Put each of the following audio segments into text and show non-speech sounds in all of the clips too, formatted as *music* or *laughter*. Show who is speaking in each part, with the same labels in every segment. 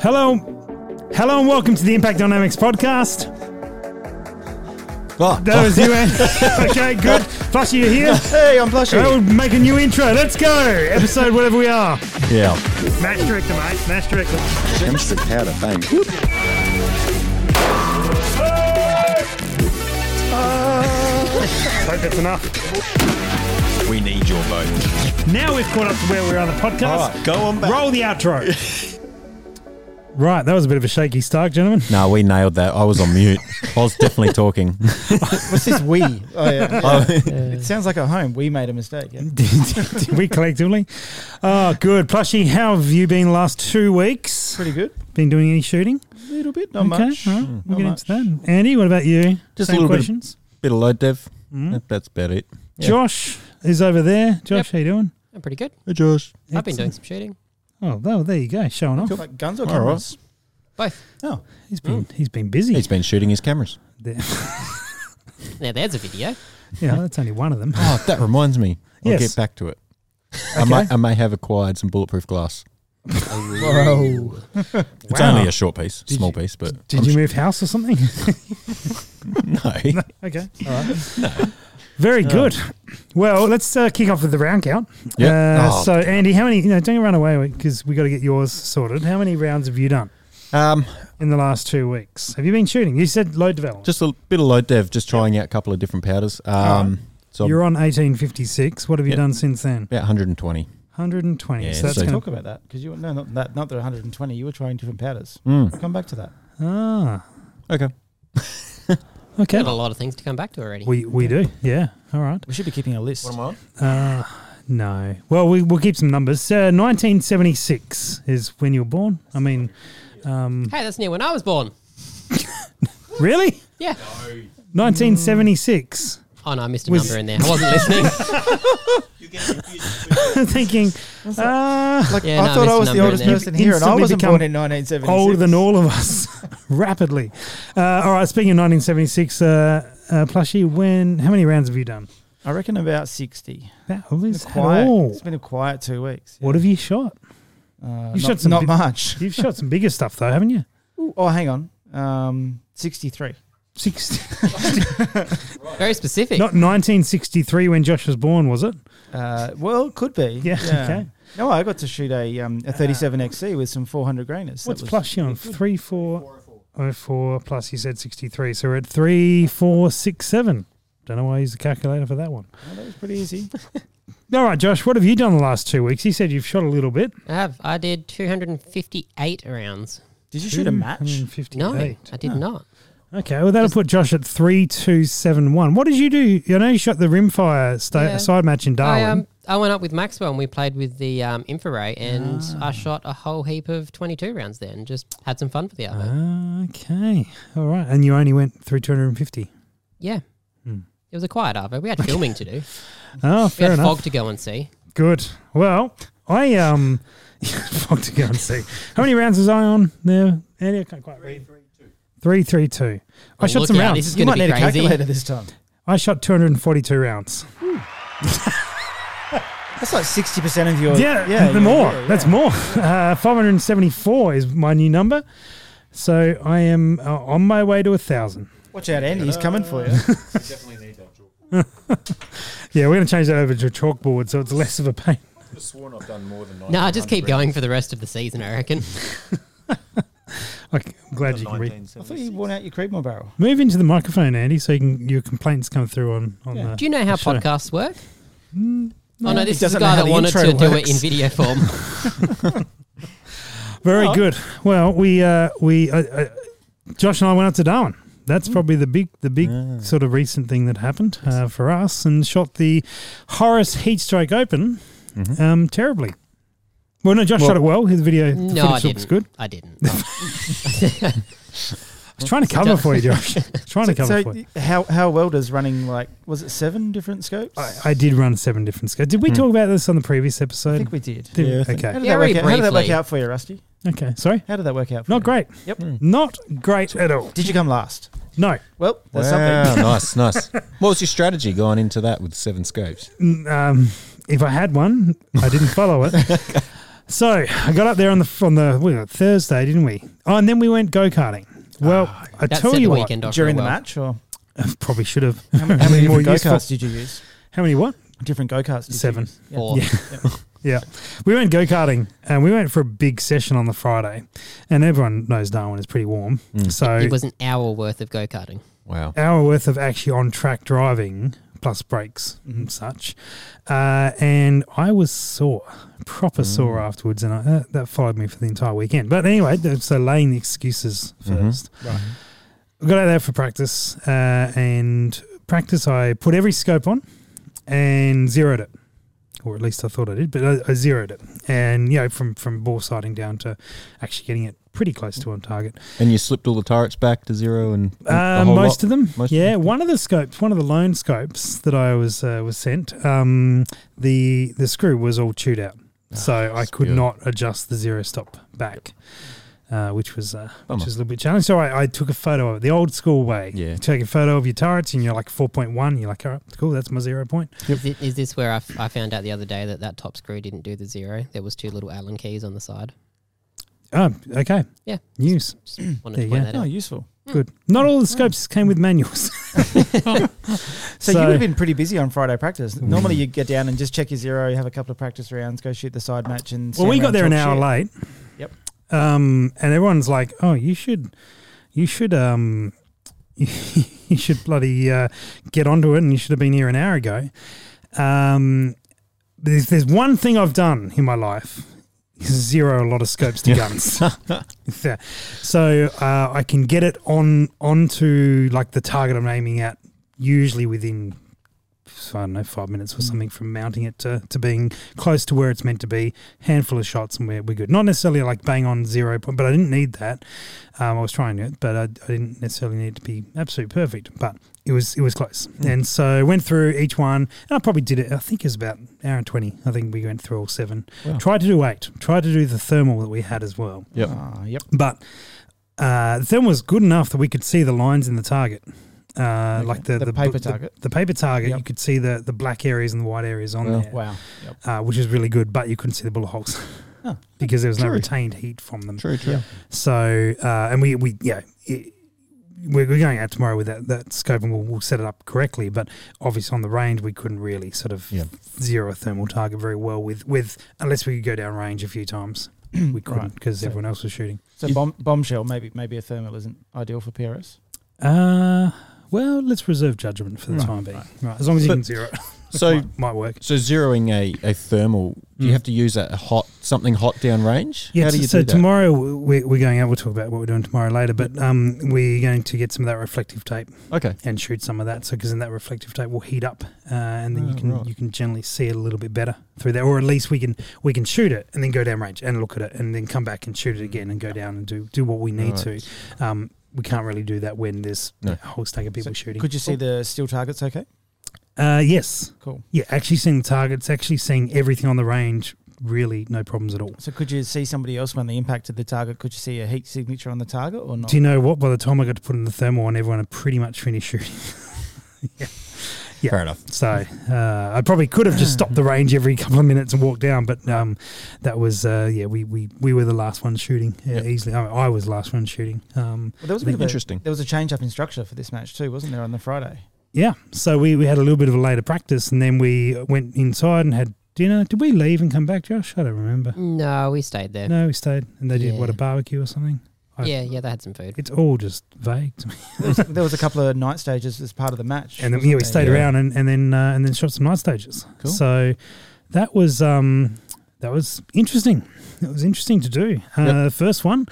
Speaker 1: Hello. Hello and welcome to the Impact Dynamics podcast.
Speaker 2: What?
Speaker 1: That was you, Andy. Okay, good. Flushy, you're here.
Speaker 2: Hey, I'm blushing.
Speaker 1: I will make a new intro. Let's go. Episode whatever we are.
Speaker 2: Yeah.
Speaker 1: Match director, mate. Match director.
Speaker 2: Chemistry powder, thanks. Whoop.
Speaker 1: Hope that's enough.
Speaker 3: We need your vote.
Speaker 1: Now we've caught up to where we are on the podcast.
Speaker 2: All right, go on back.
Speaker 1: Roll the outro. right, that was a bit of a shaky start, gentlemen. *laughs*
Speaker 2: No, we nailed that. I was on mute. I was definitely talking.
Speaker 4: What's this *laughs* we? Oh, yeah. It sounds like at home. We made a mistake. Yeah.
Speaker 1: we collectively. Oh, good. Plushy, how have you been the last two weeks?
Speaker 4: Pretty good.
Speaker 1: Been doing any shooting?
Speaker 4: A little bit, not
Speaker 1: okay,
Speaker 4: much.
Speaker 1: all right, we'll
Speaker 4: Not
Speaker 1: get
Speaker 4: much.
Speaker 1: into that. Andy, what about you?
Speaker 2: Just a
Speaker 1: Same
Speaker 2: little bit of-
Speaker 1: questions.
Speaker 2: Bit of load dev.
Speaker 1: Hmm?
Speaker 2: That- that's about it.
Speaker 4: Yeah.
Speaker 1: Josh is over there. Josh, how you doing?
Speaker 5: I'm pretty good.
Speaker 2: Hey, Josh.
Speaker 5: I've been doing some shooting.
Speaker 1: Oh, well, there you go, showing off.
Speaker 4: Like guns or
Speaker 2: All right.
Speaker 4: cameras?
Speaker 5: Both.
Speaker 4: Oh,
Speaker 1: He's been he's been busy.
Speaker 2: Mm. He's been shooting his cameras.
Speaker 1: There- *laughs*
Speaker 5: Now there's a video.
Speaker 1: yeah, that's only one of
Speaker 2: *laughs*
Speaker 1: them.
Speaker 2: Oh, that reminds me. I'll
Speaker 1: Yes.
Speaker 2: get back to it. I, might, I may have acquired some bulletproof glass. *laughs*
Speaker 4: bro.
Speaker 2: It's
Speaker 1: Oh. Wow.
Speaker 2: only a short piece, small piece, but
Speaker 1: Did you move house or something? *laughs*
Speaker 2: *laughs* no.
Speaker 1: okay, all
Speaker 2: *laughs*
Speaker 1: right. Very good. Well, let's uh, kick off with the round count.
Speaker 2: Yeah.
Speaker 1: Uh,
Speaker 2: Oh.
Speaker 1: So, Andy, how many? No, don't run away because we got to get yours sorted. How many rounds have you done
Speaker 2: Um,
Speaker 1: in the last two weeks? Have you been shooting? You said load development.
Speaker 2: just a bit of load dev, just trying out a couple of different powders. Um, so I'm
Speaker 1: You're on 1856. What have you
Speaker 2: Yeah.
Speaker 1: done since then?
Speaker 2: about 120.
Speaker 1: 120.
Speaker 2: Yeah,
Speaker 1: so that's
Speaker 2: so-
Speaker 1: going
Speaker 4: Talk about that because you no not that not the 120. You were trying different powders.
Speaker 2: Mm.
Speaker 4: Come back to that.
Speaker 1: Ah,
Speaker 2: Okay.
Speaker 1: okay.
Speaker 5: Got a lot of things to come back to already.
Speaker 1: We we do. Yeah. All right.
Speaker 4: We should be keeping a list.
Speaker 2: on?
Speaker 1: Uh, no. Well, we, we'll keep some numbers. Uh, 1976 is when you were born. I mean, um,
Speaker 5: hey, that's near when I was born.
Speaker 1: really?
Speaker 5: Yeah.
Speaker 1: 1976.
Speaker 5: Oh no, I missed a
Speaker 1: Was-
Speaker 5: number in there. I wasn't
Speaker 1: *laughs*
Speaker 5: listening.
Speaker 1: Thinking, uh,
Speaker 4: Like
Speaker 5: Yeah,
Speaker 4: I
Speaker 5: no, I
Speaker 4: thought
Speaker 5: missed
Speaker 4: I
Speaker 5: a
Speaker 4: was the
Speaker 5: number in
Speaker 4: oldest
Speaker 5: there.
Speaker 4: person here, and I
Speaker 1: Instantly
Speaker 4: wasn't
Speaker 1: become
Speaker 4: born in 1976.
Speaker 1: older than all of us *laughs* rapidly. Uh, all right. Speaking of 1976, uh, uh, plushie, when how many rounds have you done?
Speaker 4: I reckon about 60.
Speaker 1: That
Speaker 4: It's
Speaker 1: is
Speaker 4: been, a quiet.
Speaker 1: all.
Speaker 4: it's been a quiet two weeks.
Speaker 1: What have you shot?
Speaker 4: Uh,
Speaker 1: You
Speaker 4: not,
Speaker 1: shot some
Speaker 4: not
Speaker 1: bit-
Speaker 4: much. *laughs*
Speaker 1: You've shot some bigger stuff though, haven't you?
Speaker 4: Ooh, oh, hang on. Um, 63.
Speaker 1: 60,
Speaker 5: Very specific.
Speaker 1: not 1963 when Josh was born, was it?
Speaker 4: Uh, well, could be.
Speaker 1: *laughs* Yeah, okay. Uh,
Speaker 4: No, I got to shoot a um, a 37 XC with some 400 grainers. That
Speaker 1: What's
Speaker 4: was-
Speaker 1: plus you on? Three, four, oh, four, plus you said 63. So we're at three, four, six, seven. Don't know why I used the calculator for that one.
Speaker 4: Oh, that was pretty easy.
Speaker 1: All right, Josh, what have you done the last two weeks? You said you've shot a little bit.
Speaker 5: I have. I did 258 rounds.
Speaker 4: *laughs* Did you shoot a match?
Speaker 1: 258.
Speaker 5: No, I did not.
Speaker 1: Okay, well, that'll put Josh at 3271. What did you do? I know you shot the rimfire sta-
Speaker 5: Yeah.
Speaker 1: side match in
Speaker 5: I,
Speaker 1: Darwin.
Speaker 5: um, I went up with Maxwell and we played with the um, infrared and
Speaker 1: Ah.
Speaker 5: I shot a whole heap of 22 rounds there and just had some fun for the
Speaker 1: Ah.
Speaker 5: hour.
Speaker 1: okay, all right. And you only went through 250.
Speaker 5: Yeah. It was a quiet hour. We had filming to do.
Speaker 1: Oh,
Speaker 5: We
Speaker 1: Hmm. fair
Speaker 5: had
Speaker 1: enough.
Speaker 5: fog to go and see.
Speaker 1: Good. Well, I um, *laughs* fuck to go and see. How many rounds was I on there? Andy, I can't quite read. Three, three, two. I
Speaker 5: Oh,
Speaker 1: shot
Speaker 5: look
Speaker 1: some
Speaker 5: out,
Speaker 1: rounds.
Speaker 5: This is
Speaker 4: You
Speaker 5: going
Speaker 4: might
Speaker 5: to
Speaker 4: need
Speaker 5: be
Speaker 4: a
Speaker 5: crazy.
Speaker 4: calculator this time.
Speaker 1: I shot 242 rounds.
Speaker 4: That's like 60% of your.
Speaker 5: Oh.
Speaker 1: yeah, the *laughs*
Speaker 4: your-
Speaker 1: more.
Speaker 4: yeah,
Speaker 1: That's
Speaker 4: yeah.
Speaker 1: more. Uh, 574 is my new number. So I am uh, on my way to a thousand.
Speaker 4: Watch out, Andy. He's coming
Speaker 1: *laughs*
Speaker 4: for you.
Speaker 1: Yeah, we're going to change that over to a chalkboard so it's less of a pain. *laughs*
Speaker 2: Sworn I've done more than
Speaker 5: No, I just keep going for the rest of the season, I reckon.
Speaker 1: I'm glad you can read.
Speaker 4: I thought you'd worn out your Creedmoor barrel.
Speaker 1: Move into the microphone, Andy, so you can, your complaints come through on, on
Speaker 4: Yeah.
Speaker 1: the.
Speaker 5: Do you know how
Speaker 1: Sure.
Speaker 5: podcasts work? oh no,
Speaker 4: He
Speaker 5: this is the
Speaker 4: doesn't know
Speaker 5: guy
Speaker 4: how
Speaker 5: that
Speaker 4: the
Speaker 5: wanted
Speaker 4: intro
Speaker 5: to do it
Speaker 4: works.
Speaker 5: in video form.
Speaker 1: Very good. Well, we uh, we uh, uh, Josh and I went up to Darwin. That's probably the big the big sort of recent thing that happened uh, for us, and shot the Horace Heatstrike Open um, terribly. Well, no, Josh shot it well. His video the
Speaker 5: no, I
Speaker 1: footage looks
Speaker 5: didn't.
Speaker 1: good.
Speaker 5: I didn't.
Speaker 1: I was trying to cover for you, Josh. I was trying to cover
Speaker 4: So,
Speaker 1: for you.
Speaker 4: how, how well does running, like, was it seven different scopes?
Speaker 1: I, I did run seven different scopes. Did we talk about this on the previous episode?
Speaker 4: think we did.
Speaker 1: Did we?
Speaker 2: Yeah, I think-
Speaker 4: How
Speaker 1: okay.
Speaker 4: did,
Speaker 5: Very
Speaker 4: that work out? how did that work
Speaker 5: briefly.
Speaker 4: out for you, Rusty?
Speaker 1: Okay. Sorry.
Speaker 4: How did that work out for you?
Speaker 1: Not great.
Speaker 4: Yep.
Speaker 5: Mm.
Speaker 1: Not great at all.
Speaker 4: Did you come last?
Speaker 1: No.
Speaker 4: Well, that's
Speaker 2: Wow,
Speaker 4: something.
Speaker 2: nice, nice. What was your strategy going into that with seven scopes?
Speaker 1: um, if I had one, I didn't follow it. So I got up there on the on the we got Thursday, didn't we? Oh, and then we went go karting. Well, I
Speaker 5: That
Speaker 1: tell
Speaker 5: set
Speaker 1: you
Speaker 5: the
Speaker 1: what,
Speaker 5: weekend off
Speaker 4: *laughs* During the
Speaker 5: real well.
Speaker 4: match, or
Speaker 1: *laughs* probably should have. *laughs*
Speaker 4: how many, how many
Speaker 1: More
Speaker 4: different go
Speaker 1: useful.
Speaker 4: karts did you use?
Speaker 1: How many what?
Speaker 4: Different go karts.
Speaker 1: Seven.
Speaker 4: Yeah.
Speaker 5: Or
Speaker 1: Yeah. We went go karting and we went for a big session on the Friday. And everyone knows Darwin is pretty warm. So
Speaker 5: it was an hour worth of go karting.
Speaker 2: Wow.
Speaker 1: hour worth of actually on track driving plus breaks and such. Uh, and I was sore, proper sore afterwards. And I, that, that followed me for the entire weekend. But anyway, th- so laying the excuses 1st
Speaker 4: Right.
Speaker 1: We got out there for practice. Uh, and practice, I put every scope on and zeroed it. Or at least I thought I did, but I, I zeroed it. And, you know, from, from bore sighting down to actually getting it pretty close to on target.
Speaker 2: And you slipped all the turrets back to zero and
Speaker 1: Uh,
Speaker 2: a whole
Speaker 1: most
Speaker 2: lot?
Speaker 1: of them,
Speaker 2: Most of
Speaker 1: yeah.
Speaker 2: them?
Speaker 1: One of the scopes, one of the loan scopes that I was uh, was sent, um, the the screw was all chewed out, so I could
Speaker 2: Ah, good.
Speaker 1: not adjust the zero stop back, uh, which was uh, which
Speaker 2: Bummer.
Speaker 1: was a little bit challenging. So I, I took a photo of it the old school way.
Speaker 2: Yeah.
Speaker 1: you take a photo of your turrets and you're like four point one. You're like, all right, cool, that's my zero point.
Speaker 5: Is, it, is this where I, f- I found out the other day that that top screw didn't do the zero? There was two little Allen keys on the side.
Speaker 1: Oh, okay,
Speaker 5: Yeah,
Speaker 1: news.
Speaker 5: just wanted
Speaker 1: There
Speaker 5: to
Speaker 1: you
Speaker 5: point
Speaker 1: go.
Speaker 5: that
Speaker 4: Oh,
Speaker 5: out.
Speaker 4: useful.
Speaker 1: Good. Not all the scopes came with manuals.
Speaker 4: So,
Speaker 1: So- Mm.
Speaker 4: you would have been pretty busy on Friday practice. Normally you get down and just check your zero, you have a couple of practice rounds, go shoot the side match,
Speaker 1: Well,
Speaker 4: and stand
Speaker 1: we
Speaker 4: around
Speaker 1: got there an
Speaker 4: and
Speaker 1: hour
Speaker 4: talk
Speaker 1: late.
Speaker 4: Yep.
Speaker 1: Um, and everyone's like, "Oh, you should, you should, um, *laughs* you should bloody uh, get onto it, and you should have been here an hour ago." Um, there's, there's one thing I've done in my life: is zero a lot of scopes to guns. *laughs* Yeah. so uh, I can get it on onto like the target I'm aiming at, usually within. I don't know, five minutes or something from mounting it to, to being close to where it's meant to be, handful of shots, and we're, we're good. Not necessarily like bang on zero point, but I didn't need that. Um, I was trying it, but I, I didn't necessarily need it to be absolute perfect. But it was it was close,
Speaker 4: Hmm.
Speaker 1: and so went through each one, and I probably did it. I think it was about an hour and twenty. I think we went through all seven.
Speaker 2: Wow.
Speaker 1: Tried to do eight. Tried to do the thermal that we had as well,
Speaker 2: Yep.
Speaker 4: Ah, yep.
Speaker 1: but uh, the thermal was good enough that we could see the lines in the target. Uh,
Speaker 4: Okay.
Speaker 1: Like the,
Speaker 4: The
Speaker 1: bl-
Speaker 4: paper target.
Speaker 1: the, paper target,
Speaker 4: Yep.
Speaker 1: you could see the, the black areas and the white areas on
Speaker 2: Wow.
Speaker 1: there
Speaker 4: Wow. Yep. *clears throat*
Speaker 1: uh, which is really good, but you couldn't see the bullet *laughs* holes
Speaker 4: Oh,
Speaker 1: because there was no
Speaker 2: true.
Speaker 1: retained heat from them.
Speaker 2: True, true.
Speaker 4: Yeah.
Speaker 1: So, uh, and we, we yeah, it, we're we're going out tomorrow with that, that scope and we'll, we'll set it up correctly. But obviously, on the range, we couldn't really sort of
Speaker 2: Yeah.
Speaker 1: zero a thermal target very well with, with unless we could go down range a few times. we couldn't
Speaker 4: Right.
Speaker 1: because
Speaker 4: So-
Speaker 1: everyone else was shooting.
Speaker 4: So
Speaker 2: You-
Speaker 4: bomb, bombshell, maybe maybe a thermal isn't ideal for PRS.
Speaker 1: Uh, well, let's reserve judgment for the
Speaker 4: Right.
Speaker 1: time being. Right. as long as you
Speaker 2: But-
Speaker 1: can zero, it
Speaker 2: So
Speaker 1: might, might work.
Speaker 2: so zeroing a, a thermal, do
Speaker 1: Mm.
Speaker 2: you have to use a hot something hot down range?
Speaker 1: Yeah,
Speaker 2: How
Speaker 1: so,
Speaker 2: do you
Speaker 1: so
Speaker 2: do that?
Speaker 1: tomorrow we, we're going out. We'll talk about what we're doing tomorrow later, but um, we're going to get some of that reflective tape
Speaker 2: Okay.
Speaker 1: and shoot some of that. So, because then that reflective tape will heat up, uh, and then you
Speaker 2: Oh,
Speaker 1: can
Speaker 2: right.
Speaker 1: you can generally see it a little bit better through there, or at least we can we can shoot it and then go down range and look at it, and then come back and shoot it again and go down and do do what we need
Speaker 2: Right.
Speaker 1: to. Um, we can't really do that when there's
Speaker 2: No.
Speaker 1: a whole stack of people
Speaker 4: So
Speaker 1: shooting.
Speaker 4: Could you see the steel targets? Okay,
Speaker 1: Uh, yes,
Speaker 4: cool.
Speaker 1: yeah, actually seeing the targets, actually seeing everything on the range, really no problems at all.
Speaker 4: So could you see somebody else when they impacted the target? Could you see a heat signature on the target or not?
Speaker 1: Do you know what? By the time I got to put in the thermal on, everyone had pretty much finished shooting. Yeah.
Speaker 2: Fair enough.
Speaker 1: So uh, I probably could have just stopped the range every couple of minutes and walked down, but um, that was uh, yeah. We, we we were the last one shooting uh,
Speaker 2: Yep.
Speaker 1: easily. I, I was the last one shooting. Um,
Speaker 4: Well, there was a bit of a, *laughs*
Speaker 2: Interesting.
Speaker 4: There was a change up in structure for this match too, wasn't there, on the Friday?
Speaker 1: yeah. So we, we had a little bit of a later practice, and then we went inside and had dinner. Did we leave and come back, Josh? I don't remember.
Speaker 5: No, we stayed there.
Speaker 1: Oh, No, we stayed, and they did what a
Speaker 5: Yeah.
Speaker 1: barbecue or something. I-
Speaker 5: Yeah, yeah, they had some food.
Speaker 1: It's all just vague to me.
Speaker 4: There was, there was a couple of night stages as part of the match.
Speaker 1: and then
Speaker 4: wasn't
Speaker 1: yeah, we
Speaker 4: there?
Speaker 1: stayed
Speaker 2: Yeah.
Speaker 1: around and, and then uh, and then shot some night stages.
Speaker 2: Cool.
Speaker 1: So that was um, that was interesting. It was interesting to do. Uh,
Speaker 2: Yep.
Speaker 1: The first one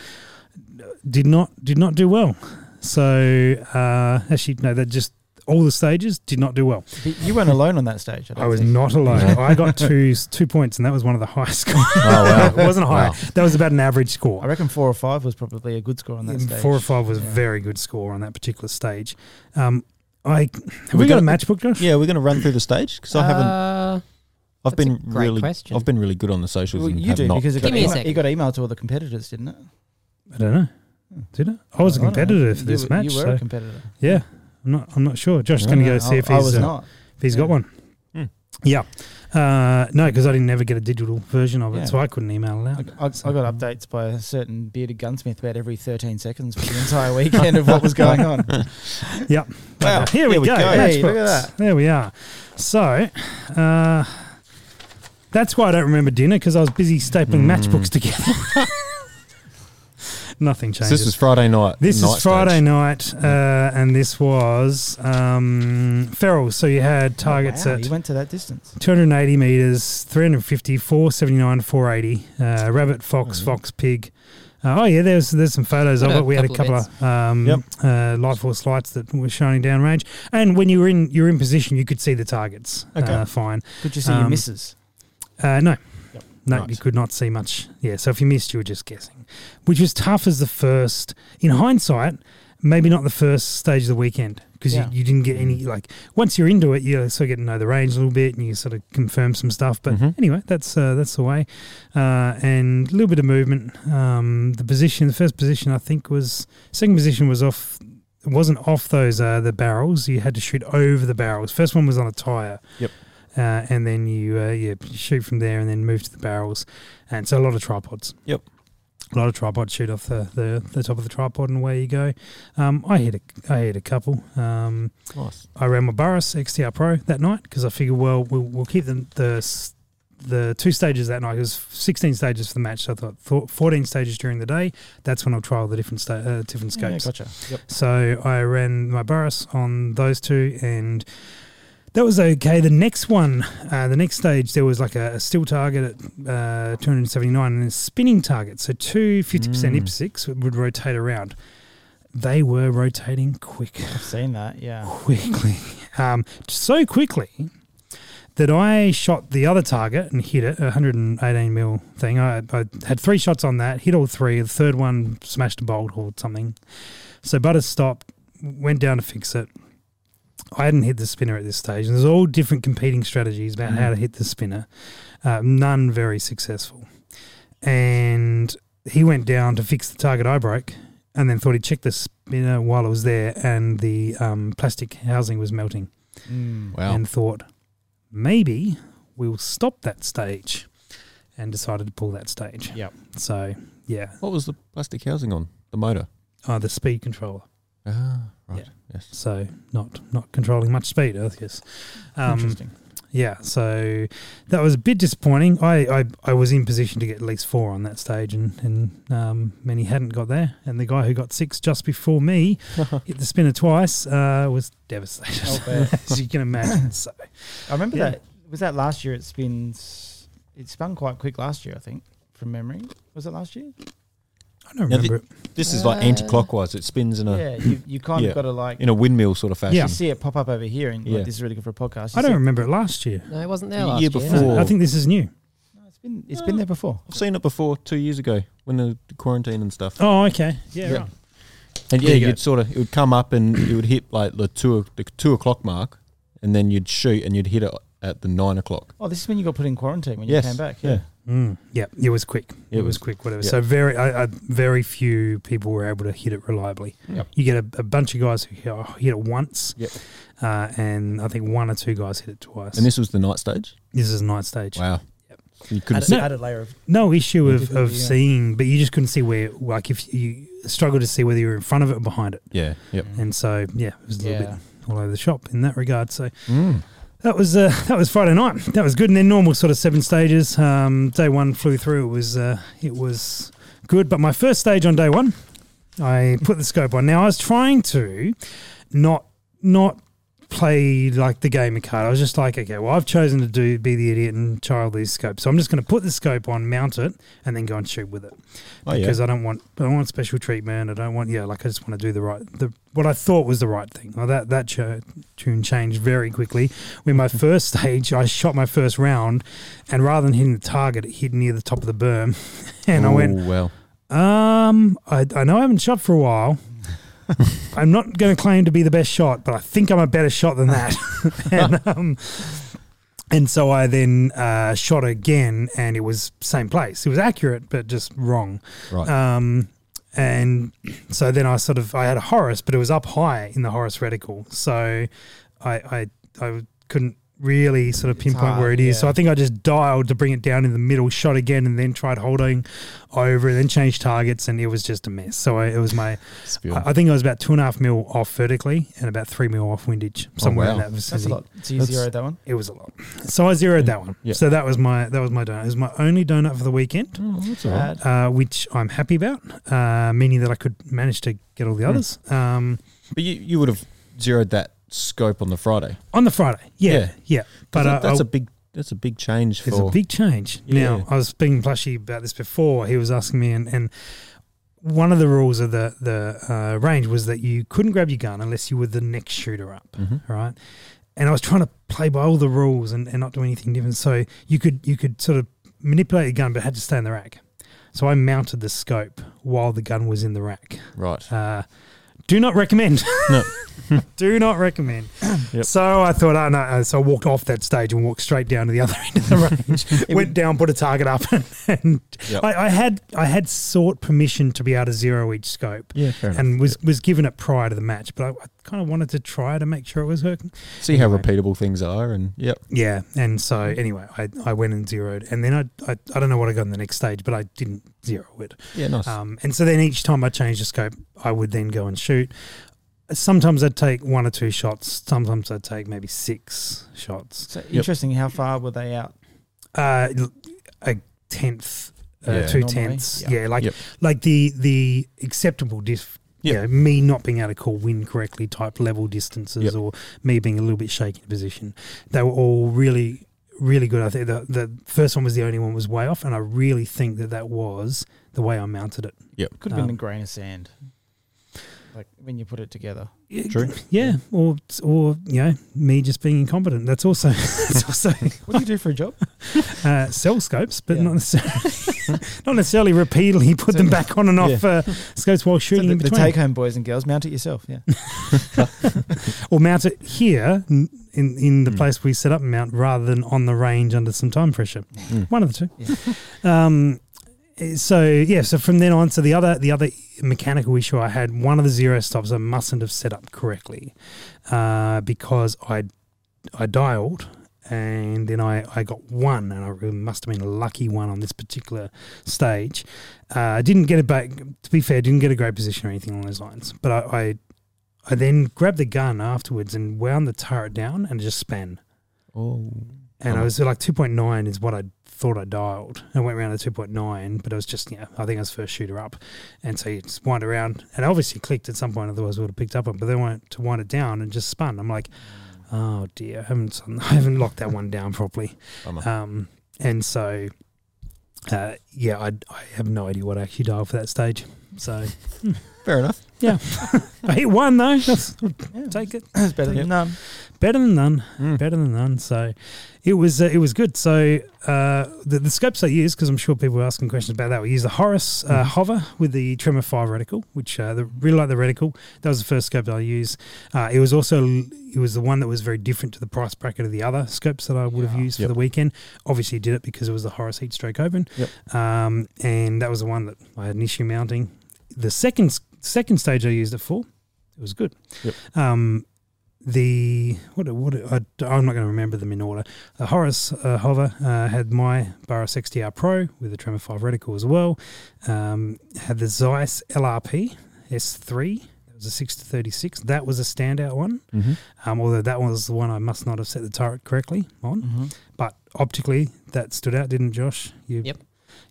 Speaker 1: did not did not do well. So uh, actually, no, that just all the stages did not do well.
Speaker 4: But You weren't alone on that stage. I, don't
Speaker 1: I was
Speaker 4: think.
Speaker 1: not alone. I
Speaker 4: *laughs*
Speaker 1: got two two points, and that was one of the *laughs* highest scores.
Speaker 2: Oh wow.
Speaker 1: it wasn't high.
Speaker 2: Wow.
Speaker 1: That was about an average
Speaker 4: I
Speaker 1: score.
Speaker 4: reckon four or five was probably a good score on that stage.
Speaker 1: Four or five was a
Speaker 4: Yeah.
Speaker 1: very good score on that particular stage. Um, I have
Speaker 2: We
Speaker 1: we, got
Speaker 2: got-
Speaker 1: a match book, Josh?
Speaker 2: Yeah, we're gonna run through the stage because I haven't
Speaker 5: Uh,
Speaker 2: I've
Speaker 5: that's a
Speaker 2: been
Speaker 5: great
Speaker 2: really
Speaker 5: question.
Speaker 2: I've been really good on the socials
Speaker 4: Well,
Speaker 2: and
Speaker 4: you
Speaker 2: have
Speaker 4: do
Speaker 2: not
Speaker 4: because it
Speaker 5: Give
Speaker 4: got,
Speaker 5: me a
Speaker 4: email,
Speaker 5: second.
Speaker 4: it got emailed to all the competitors, didn't it?
Speaker 1: I don't know. Did it? I was a
Speaker 4: I don't know.
Speaker 1: competitor for this
Speaker 4: you,
Speaker 1: match.
Speaker 4: You were a
Speaker 1: so
Speaker 4: competitor.
Speaker 1: yeah, I'm not. I'm not sure. Josh's
Speaker 2: Yeah.
Speaker 1: going to go see if
Speaker 4: I, I
Speaker 1: he's
Speaker 4: was
Speaker 1: uh,
Speaker 4: not.
Speaker 1: if he's got
Speaker 4: Yeah. Hmm.
Speaker 1: one. Yeah. Uh, no, because I didn't ever get a digital version of it,
Speaker 4: Yeah.
Speaker 1: so I couldn't email it
Speaker 4: I,
Speaker 1: out.
Speaker 4: I, I got updates by a certain bearded gunsmith about every 13 seconds for the
Speaker 1: *laughs*
Speaker 4: entire weekend of what was going on.
Speaker 1: Yep.
Speaker 4: Wow,
Speaker 1: Here we
Speaker 4: there
Speaker 1: go.
Speaker 4: we go. Hey, look at
Speaker 1: Matchbox.
Speaker 4: that.
Speaker 1: There we are. So, uh, that's why I don't remember dinner because I was busy stapling
Speaker 4: Hmm.
Speaker 1: matchbooks together. *laughs* Nothing
Speaker 2: So
Speaker 1: changes.
Speaker 2: this is Friday night.
Speaker 1: This
Speaker 2: night
Speaker 1: is Friday
Speaker 2: stage.
Speaker 1: night, uh, and this was um, Ferrell. So you had targets
Speaker 4: wow,
Speaker 1: at
Speaker 4: you went to that distance.
Speaker 1: 280 meters, 350, 479, 480. Uh, rabbit, fox, fox, pig. Uh, oh yeah, there's there's some photos
Speaker 5: What
Speaker 1: of
Speaker 5: a
Speaker 1: it. We had a
Speaker 5: couple
Speaker 1: couple
Speaker 5: of
Speaker 1: of, um,
Speaker 2: Yep.
Speaker 1: uh, light force lights that were shining downrange, and when you were in you're in position, you could see the targets.
Speaker 4: Okay.
Speaker 1: uh, fine.
Speaker 4: Could you see your
Speaker 1: Um,
Speaker 4: misses?
Speaker 1: Uh, no.
Speaker 4: Yep.
Speaker 1: No,
Speaker 2: Right.
Speaker 1: you could not see much. Yeah, so if you missed, you were just guessing, which was tough as the first. In hindsight, maybe not the first stage of the weekend because
Speaker 4: Yeah.
Speaker 1: you, you didn't get any. Like once you're into it, you sort of get to know the range a little bit and you sort of confirm some stuff. But
Speaker 2: Mhm.
Speaker 1: anyway, that's uh, that's the way. Uh, and a little bit of movement. Um, the position, the first position, I think was second position was off. It wasn't off those uh, the barrels. You had to shoot over the barrels. First one was on a tire uh, and then you uh, yeah shoot from there and then move to the barrels, and so a lot of tripods.
Speaker 2: Yep.
Speaker 1: a lot of tripods shoot off the, the, the top of the tripod and away you go. Um, I hit a I hit a couple. Um,
Speaker 2: Nice.
Speaker 1: I ran my Burris XTR Pro that night because I figured well we'll, we'll keep them the s- the two stages that night. It was 16 stages for the match. So I thought thought 14 stages during the day. That's when I'll trial the different sta- uh, different
Speaker 4: Yeah,
Speaker 1: scopes.
Speaker 4: gotcha. Yep.
Speaker 1: So I ran my Burris on those two, and that was okay. The next one, uh, the next stage, there was like a, a still target at uh, 279 and a spinning target. So two 50%
Speaker 2: Mm.
Speaker 1: IPSICs would, would rotate around. They were rotating quick,
Speaker 4: I've seen that, yeah.
Speaker 1: quickly, *laughs* um, so quickly that I shot the other target and hit it, a 118 mil thing. I, I had three shots on that, hit all three. The third one smashed a bolt or something. So Butters stopped, went down to fix it. I hadn't hit the spinner at this stage. And there's all different competing strategies about how to hit the spinner. Uh, none very successful. And he went down to fix the target I broke and then thought he'd check the spinner while it was there and the um, plastic housing was melting
Speaker 4: Mm.
Speaker 2: Wow.
Speaker 1: and thought, maybe we'll stop that stage and decided to pull that stage.
Speaker 4: Yep.
Speaker 1: So, yeah,
Speaker 2: what was the plastic housing on the motor?
Speaker 1: uh, the speed controller.
Speaker 2: Ah, right.
Speaker 1: Yeah.
Speaker 2: Yes.
Speaker 1: So, not not controlling much speed, I guess. Um,
Speaker 4: Interesting.
Speaker 1: yeah, so that was a bit disappointing. I, I, I was in position to get at least four on that stage, and, and um, many hadn't got there. And the guy who got six just before *laughs* me hit the spinner twice uh, was devastated, *laughs*
Speaker 4: I'll bet.
Speaker 1: as you can imagine. So,
Speaker 4: I remember
Speaker 1: Yeah.
Speaker 4: that. Was that last year? It spins. It spun quite quick last year, I think, from memory. Was it last year?
Speaker 1: I don't
Speaker 2: Now the-
Speaker 1: remember. it.
Speaker 2: This is like anti-clockwise. It spins in a
Speaker 4: Yeah, you,
Speaker 2: *laughs*
Speaker 4: you kind
Speaker 2: Yeah.
Speaker 4: of got to like.
Speaker 2: in a windmill sort of fashion.
Speaker 1: Yeah.
Speaker 4: You see it pop up over here, and you're
Speaker 2: Yeah.
Speaker 4: like, this is really good for a podcast. You
Speaker 1: I don't
Speaker 4: see it-
Speaker 1: remember it last year.
Speaker 5: No, it wasn't there
Speaker 2: The
Speaker 5: last
Speaker 2: year before.
Speaker 1: I think this is new.
Speaker 4: No, it's been it's been there before.
Speaker 2: I've seen it before two years ago when the quarantine and stuff.
Speaker 1: Oh, okay. Yeah.
Speaker 2: Yeah. And yeah,
Speaker 4: There you go.
Speaker 2: you'd sort of it would come up and it would hit like the two o- the two o'clock mark, and then you'd shoot and you'd hit it at the nine o'clock.
Speaker 4: Oh, this is when you got put in quarantine when
Speaker 2: Yes,
Speaker 4: you came back.
Speaker 2: yeah.
Speaker 4: Yeah.
Speaker 1: Mm. Yeah, it was quick. It,
Speaker 2: It
Speaker 1: was,
Speaker 2: was-
Speaker 1: quick. Whatever.
Speaker 2: yeah.
Speaker 1: So very, I, I, very few people were able to hit it reliably.
Speaker 2: Yep.
Speaker 1: You get a, a bunch of guys who hit, oh, hit it once,
Speaker 2: Yep.
Speaker 1: uh, and I think one or two guys hit it twice.
Speaker 2: And this was the night stage.
Speaker 1: this is night stage.
Speaker 2: Wow.
Speaker 1: Yep.
Speaker 2: You couldn't
Speaker 4: Added,
Speaker 2: see.
Speaker 4: added layer of
Speaker 1: No issue of,
Speaker 4: Difficulty,
Speaker 1: of
Speaker 4: yeah.
Speaker 1: seeing, but you just couldn't see where. Like if you struggled to see whether you were in front of it or behind it,
Speaker 2: Yeah. Yep.
Speaker 1: and so yeah, it was a little
Speaker 4: Yeah.
Speaker 1: bit all over the shop in that regard. So
Speaker 2: Mm.
Speaker 1: That was uh, *laughs* that was Friday night. That was good. And then normal sort of seven stages. Um, day one flew through. It was uh, it was good. But my first stage on day one, I put the scope on. Now I was trying to not not play like the gamer card. I was just like, okay, well I've chosen to do be the idiot and child these scopes. So I'm just going to put the scope on, mount it, and then go and shoot with it
Speaker 2: Oh yeah.
Speaker 1: because I don't want I don't want special treatment. I don't want yeah, like I just want to do the right the what I thought was the right thing. Well, that that cho- tune changed very quickly. When my first stage, I shot my first round, and rather than hitting the target, it hit near the top of the berm, *laughs* and I went,
Speaker 2: Oh, well.
Speaker 1: um, I, I know I haven't shot for a while. I'm not going to claim to be the best shot, but I think I'm a better shot than that. *laughs* and, um, and so I then uh, shot again, and it was same place. It was accurate, but just wrong.
Speaker 2: Right.
Speaker 1: Um, and so then I sort of I had a Horus, but it was up high in the Horus reticle, so I I, I couldn't really sort of pinpoint
Speaker 4: hard,
Speaker 1: where it is. So
Speaker 4: yeah.
Speaker 1: I think I just dialed to bring it down in the middle, shot again, and then tried holding over, and then changed targets, and it was just a mess. So I, it was my, I, I think I was about two and a half mil off vertically and about three mil off windage, somewhere in
Speaker 2: wow.
Speaker 1: that vicinity.
Speaker 4: Oh, That's a lot. Mm. So you
Speaker 2: That's-
Speaker 4: zeroed that one.
Speaker 1: It was a lot. So I zeroed that one.
Speaker 2: Yeah.
Speaker 1: So that was my that was my donut. It was my only donut for the weekend,
Speaker 2: Oh, that's all right.
Speaker 4: Bad.
Speaker 1: uh, which I'm happy about, uh, meaning that I could manage to get all
Speaker 2: Hmm.
Speaker 1: the others. Um,
Speaker 2: But you, you would have zeroed that scope on the Friday.
Speaker 1: on the Friday. Yeah, yeah.
Speaker 2: Yeah.
Speaker 1: But
Speaker 2: But
Speaker 1: uh,
Speaker 2: that's
Speaker 1: I-
Speaker 2: a big that's a big change
Speaker 1: it's a
Speaker 2: for
Speaker 1: big change.
Speaker 2: Yeah.
Speaker 1: Now I was speaking to plushy about this before. He was asking me, and, and one of the rules of the the uh, range was that you couldn't grab your gun unless you were the next shooter up.
Speaker 2: Mhm.
Speaker 1: All right. And I was trying to play by all the rules and, and not do anything different. So you could you could sort of manipulate your gun, but it had to stay in the rack. So I mounted the scope while the gun was in the rack.
Speaker 2: right.
Speaker 1: Uh, do not recommend.
Speaker 2: No.
Speaker 1: *laughs*
Speaker 2: *laughs*
Speaker 1: do not recommend.
Speaker 2: Yep.
Speaker 1: So I thought, oh no. uh, So I walked off that stage and walked straight down to the *laughs* other end
Speaker 2: *laughs*
Speaker 1: of the range. Went down, put a target up, *laughs* and, and
Speaker 2: Yep.
Speaker 1: I, I had I had sought permission to be able to zero each scope.
Speaker 2: Yeah, fair enough.
Speaker 1: And was, was given it prior to the match, but I, I kind of wanted to try to make sure it was working.
Speaker 2: See how repeatable things are, and yep.
Speaker 1: Yeah, and so anyway, I, I went and zeroed, and then I, I I don't know what I got in the next stage, but I didn't zero it.
Speaker 2: Yeah, nice.
Speaker 1: Um, and so then each time I changed the scope, I would then go and shoot. Sometimes I'd take one or two shots. Sometimes I'd take maybe six shots.
Speaker 4: So interesting. How far were they out?
Speaker 1: Uh, l- a tenth, uh,
Speaker 2: Yeah.
Speaker 1: two
Speaker 4: Normally,
Speaker 1: tenths.
Speaker 4: yeah.
Speaker 1: Yeah, like
Speaker 2: Yep.
Speaker 1: like the the acceptable diff. you
Speaker 2: Yep.
Speaker 1: know, me not being able to call wind correctly, type level distances,
Speaker 2: Yep.
Speaker 1: or me being a little bit shaky in position. They were all really, really good. I think the, the first one was the only one was way off, and I really think that that was the way I mounted it.
Speaker 4: Could have been
Speaker 1: Um,
Speaker 4: a grain of sand. Like when you put
Speaker 1: *laughs*
Speaker 4: it together.
Speaker 1: Yeah,
Speaker 2: True.
Speaker 1: Yeah, or or you know, me just being incompetent. That's also *laughs* that's also
Speaker 4: What do you do for a job?
Speaker 1: uh, cell scopes, but
Speaker 4: Yeah.
Speaker 1: not necessarily *laughs* not necessarily repeatedly put
Speaker 4: So-
Speaker 1: them back on and off uh, scopes while
Speaker 4: So
Speaker 1: shooting
Speaker 4: the,
Speaker 1: in
Speaker 4: the
Speaker 1: between,
Speaker 4: take home, boys and girls, mount it yourself.
Speaker 2: *coughs*
Speaker 4: Yeah.
Speaker 1: or mount it here n- in in the
Speaker 2: Mm.
Speaker 1: place we set up and mount rather than on the range under some time pressure.
Speaker 2: Mm.
Speaker 1: One of the two. *laughs* Um, so yeah, so from then on, so the other the other mechanical issue I had, one of the zero stops I mustn't have set up correctly uh, because I I dialed and then I, I got one and I re- must have been a lucky one on this particular stage. Uh, I didn't get it back. To be fair, didn't get a great position or anything along those lines. But I, I I then grabbed the gun afterwards and wound the turret down and just span.
Speaker 2: oh,
Speaker 1: And I
Speaker 2: Oh.
Speaker 1: was like 2.9 is what I thought I dialed. And I went around to 2.9, but it was just, yeah, I think I was first shooter up. And so you just wind around. And I obviously clicked at some point, otherwise I would have picked up on it. But then I went to wind it down and just spun. I'm like, oh dear, I haven't, *laughs* I haven't locked that one down properly.
Speaker 2: bummer.
Speaker 1: Um, and so, uh, yeah, I, I have no idea what I actually dialed for that stage. So *laughs*
Speaker 2: fair enough.
Speaker 1: I hit one though. *laughs* That's,
Speaker 4: Yeah.
Speaker 1: take it.
Speaker 4: it's better than
Speaker 2: Yep.
Speaker 4: none.
Speaker 1: Better than none.
Speaker 2: Mm.
Speaker 1: better than none. So it was uh, it was good. So uh, the, the scopes I used, because I'm sure people were asking questions about that, we used the Horus uh,
Speaker 2: Hmm.
Speaker 1: Hover with the Tremor 5 reticle, which uh, the, really like the reticle. That was the first scope that I used. Uh, it was also it was the one that was very different to the price bracket of the other scopes that I would have
Speaker 4: Yeah.
Speaker 1: used
Speaker 2: Ah, Yep.
Speaker 1: for the weekend. Obviously, did it because it was the Horus Heatstroke Open, um, and that was the one that I had an issue mounting. The second s- second stage I used it for, it was good.
Speaker 2: Yep.
Speaker 1: Um, the what what I, I'm not going to remember them in order. The Horus uh, Hover uh, had my Barris XDR Pro with a Tremor 5 reticle as well. Um, had the Zeiss LRP S3. That was a six to thirty-six. That was a standout one,
Speaker 2: Mm-hmm.
Speaker 1: um, although that was the one I must not have set the turret correctly on.
Speaker 4: Mm-hmm.
Speaker 1: But optically, that stood out, didn't it, Josh? You,
Speaker 5: Yep.